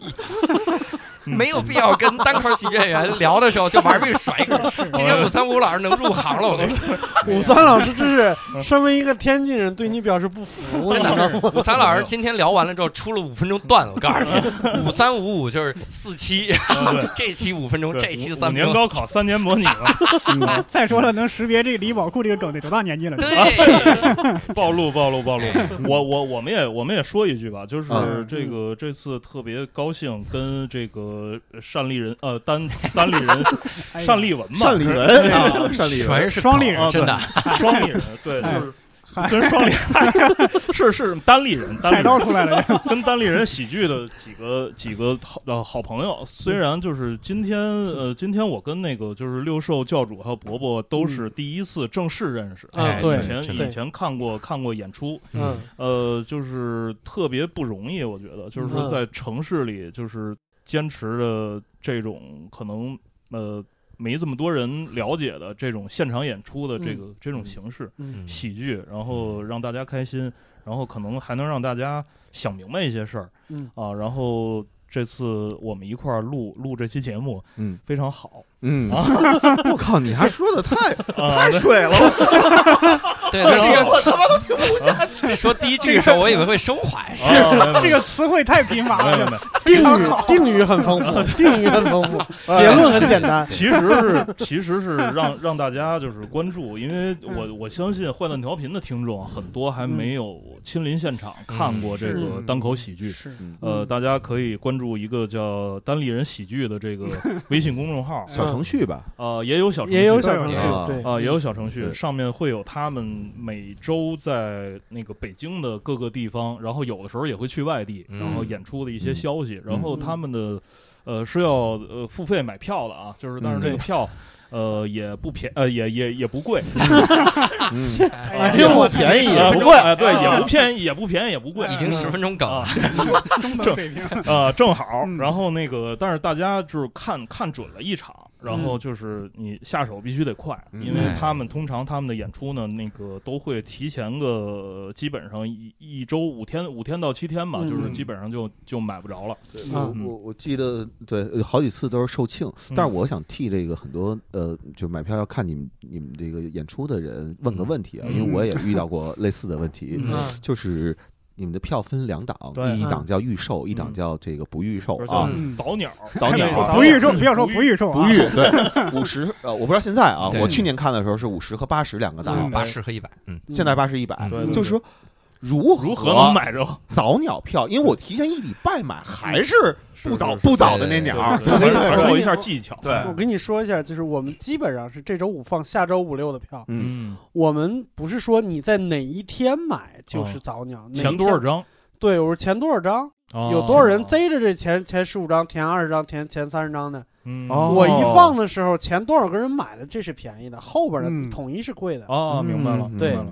没有必要跟单口喜剧演员聊的时候就玩 <laughs> 命甩梗。今天五三五老师能入行了，我跟你说，
武三老师这是身为一个天津人，对你表示不
嗯
服，你知
<laughs>
道吗？
五三老师今天聊完了之后出了五分钟段，我告诉你，五三五五就是四期， <laughs>
对
这期五分钟，
对
<laughs> 这期
五
三
五
分
年
钟。
高考三年模拟
<laughs>
了，
嗯再说了，能识别这李宝库这个梗得多大年纪了？是吧
对，
暴露暴露暴露。我我我们也我们也说一句吧，就是
嗯
这个这次特别高兴跟这个单立人呃单单立人
哎呀
单立文嘛，
单立
<laughs>
人啊，单立人，
全是
双立
梗
人
真的。
双立人，对，就
哎
是。跟双立 <laughs> 是是单立人，单立
菜
人
刀出来了，
跟单立人喜剧的几个几个好呃好朋友，虽然就是今天呃，今天我跟那个就是六兽教主还有伯伯都是第一次正式认识，
哎
嗯，对
以，前
真的
以前看过看过演出，
嗯，
呃，就是特别不容易，我觉得就是说
嗯
在城市里就是坚持的这种可能呃没这么多人了解的这种现场演出的这个、这种形式，
嗯
喜剧，然后让大家开心，然后可能还能让大家想明白一些事儿，
嗯
啊，然后这次我们一块儿录录这期节目
嗯
非常好，
<laughs>
嗯，我靠，你还说的太
啊
太水了，
对，他
然
说
后
我他妈都听不下去。
<laughs> 说第一句的时候，我以为会升华一下。
啊
这个词汇太贫乏
没有没有没有
了。
没有，
定语
<laughs>
定语很丰富，定语很丰富，结论很简单。
<laughs> 其实是其实是让让大家就是关注，因为我我相信坏蛋调频的听众啊很多还没有亲临现场看过这个
是
单口喜剧。
是
呃，大家可以关注一个叫“单立人喜剧”的这个微信公众号，
小程序吧，
呃，也有小程序
也有小程
程
序
序，
对，
啊，也有小程序，
对
上面会有他们每周在那个北京的各个地方，然后有的时候也会去外地，
嗯
然后演出的一些消息，然后
嗯
他们的呃是要呃付费买票的啊，就是但是
嗯
那个票。呃，也不便，呃，也也也不贵，啊
啊
嗯，
哎
呦我
便宜
也
也不
贵，哎，对，也不便宜，也不便宜，也不贵，
已经十分钟梗了
啊，
中等水平，
呃，正好
嗯。
然后那个，但是大家就是看看准了一场，然后就是你下手必须得快，
嗯
因为他们通常他们的演出呢，那个都会提前个基本上一一周五天五天到七天吧，
嗯
就是基本上就就买不着了。
我
嗯
我我记得对呃好几次都是售罄，但是我想替这个很多呃，就买票要看你们你们这个演出的人问个问题啊，
嗯
因为我也遇到过类似的问题，
嗯
就是你们的票分两档，
对
一
嗯
档叫预售，一档叫这个不预售
而且
啊，
嗯
早鸟，
早鸟
那个
不预售，不要说不
预，
预售啊
不预对五十呃，我不知道现在啊，
对
我去年看的时候是五十和八十两个档
嗯，
八十和一百，嗯，
现在八十一百
对对，对
就是说如
如何能买着？
早鸟票？因为我提前一礼拜买，还是
是
不早
是
不早的那鸟儿，
对
<laughs>
对对还是有一下
我
技巧。
对
我跟你说一下，就是我们基本上是这周五放，下周五六的票。
嗯。
嗯，
我们不是说你在哪一天买就是早鸟，哪一天
前嗯多少？张？哦嗯
对，我是前多少张？有多少人贼着这前前十五张、前二十张、前前三十张呢？
嗯？
哦
我一放的时候，前多少个人买的，这是便宜的，后边的
嗯
统一是贵的。
哦，明白了，
嗯
明
对
白了。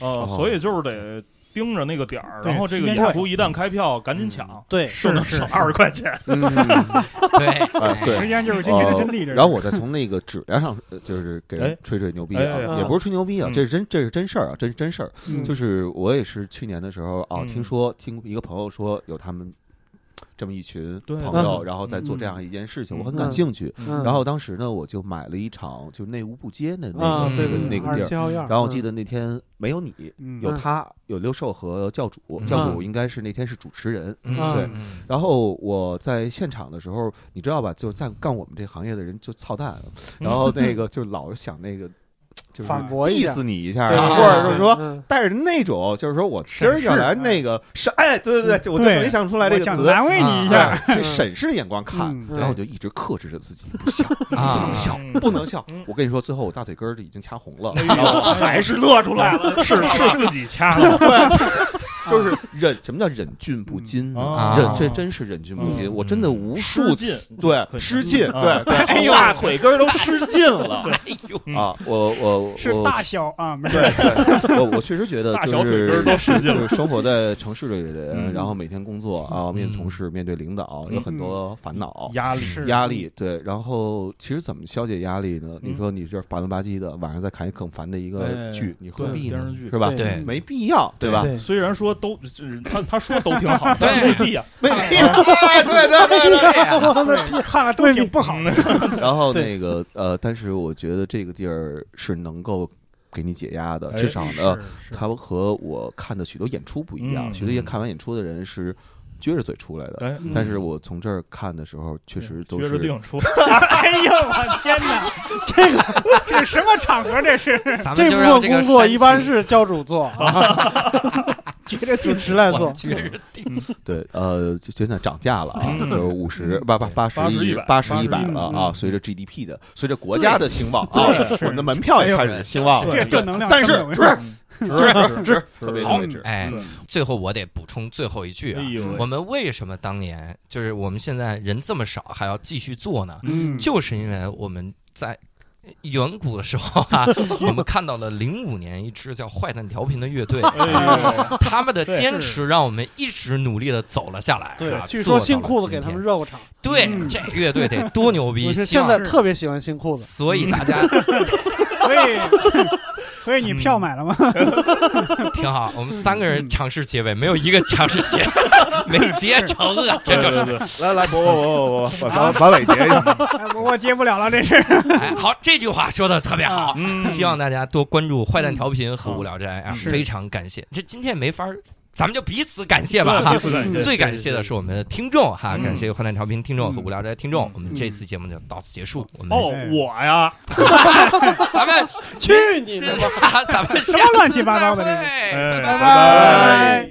哦，
哦
所以就是得盯着那个点儿，
对
然后这个
提前
演
抢
出一旦开票，赶紧抢，
对，
就能省二十块钱。
嗯，哎
对，
对
时间就是今天的真谛。 <laughs> 这是
哦然后我再从那个质量上，呃就是给
哎
人吹吹牛逼
哎哎
啊，
哎
也不是吹牛逼啊
嗯，
这是真这是真事儿啊，这是真事儿。
嗯
就是我也是去年的时候啊，
嗯
听说听一个朋友说有他们这么一群
对
朋友，
嗯
然后在做这样一件事情，
嗯
我很感兴趣。
嗯
然后当时呢，我就买了一场就内务部街的那
啊，
个
对对
那
对，
个
二
地
十
儿
七号院儿。
然后我
嗯
记得那天没有你，
嗯
有他，有六兽和教主，
嗯
教主应该是那天是主持人。
对
嗯，
然后我在现场的时候，你知道吧，就在干我们这行业的人就操蛋，然后那个就老是想那个，就是
反驳一下
diss 你一下，
对
啊
对
或者
对
是说。
嗯
带着那种，就是说我今儿要来那个是，哎，对对对，就我就
对
没想出来这
我
个
想
词，
难为你一下，
哎这审视的眼光看，
嗯
然后我就一直克制着自己不笑，
啊
不能笑，
嗯
不能笑
嗯。
我跟你说，最后我大腿根儿就已经掐红了，
哎呦
然后还是乐出来了，
是是自己掐的，
就是忍，什么叫忍俊不禁呢？
嗯
啊
忍，这真是忍俊不禁。
嗯
我真的无数次
失禁
对
可以
失禁，
嗯
对，对
哎呦
大腿根儿都失禁了
哎呦，
嗯
啊！我我我
是大小啊，没事
对，对我我确实觉得
大
就
小腿根儿
是
都使劲
就
了。
是生活在城市里的
嗯
人，然后每天工作啊，面对同事，面对领导，有很多烦
嗯
恼。
压力
是
压力对，然后其实怎么消解压力呢？你
嗯
说你这烦了吧唧的，晚上再看一更烦的一个
哎
剧，你何
对
必
电
呢
视剧？
是吧？
对
没必要，对吧？
对
虽然说都，就是他他说都挺好，
对
但是未必啊。
对
<laughs>
我的天，看了都挺不好的。
然后
对
那个呃，但是我觉得这个地儿是能够给你解压的，
哎
至少呢，
是
它和我看的许多演出不一样。
嗯
许多演看完演出的人是撅着嘴出来的，
哎，
嗯
但是我从这儿看的时候，确实都
撅
是
着腚出，
哎呦我天哪，这个这是什么场合？这是
咱们
这
就
部
让
分
这个
工作
煽
一般
情
是教主做， <laughs> 啊，主持来做
我。撅
嗯
着腚
对，呃，就现在涨价了啊，
嗯
就是五十八八八十
80
一
100
八十一
80
百了啊，
嗯
随着 GDP 的，随着国家的兴旺啊，
对是
我们的门票也开始兴旺了。
这
对
正能量，
但是
正能
不是
量
直直
特别
好
特别值，
哎
对，
最后我得补充最后一句啊
嗯哎，呦喂，
我们为什么当年就是我们现在人这么少还要继续做呢？
嗯，
就是因为我们在远古的时候啊，我们看到了零五年一支叫坏蛋调频的乐队，啊
<laughs> 哎呦喂
他们的坚持让我们一直努力的走了下来啊。
对
据
做到了
说新裤子
今
给他们
天
热过场，
对
嗯
这乐队得多牛逼
我！是
希
现
望
在特别喜欢新裤子。
所以大家
所以所以你票买了吗？ <laughs>
挺好，我们三个人尝试结尾，没有一个尝试
<laughs>
结，没结成啊，这就
对
是。
对对，
来来，我我我我我把把尾结一下。
哎我我接不了了，这是。
哎，好，这句话说的特别好，
嗯，
希望大家多关注坏蛋调频和无聊斋啊，
是
非常感谢。这今天没法儿，咱们就彼此感谢
对
吧
吧？
哈嗯
彼。此感谢
最感谢的是我们的听众哈，
嗯
感谢坏蛋调频听众和
嗯
无聊斋听众
嗯。
我们这次节目就到此结束，我
哦
们，
我呀，
咱们
<laughs>
去你的吧！
咱们下
什么乱七
次
八糟
再
的这是
会
哎
拜
拜
拜
拜。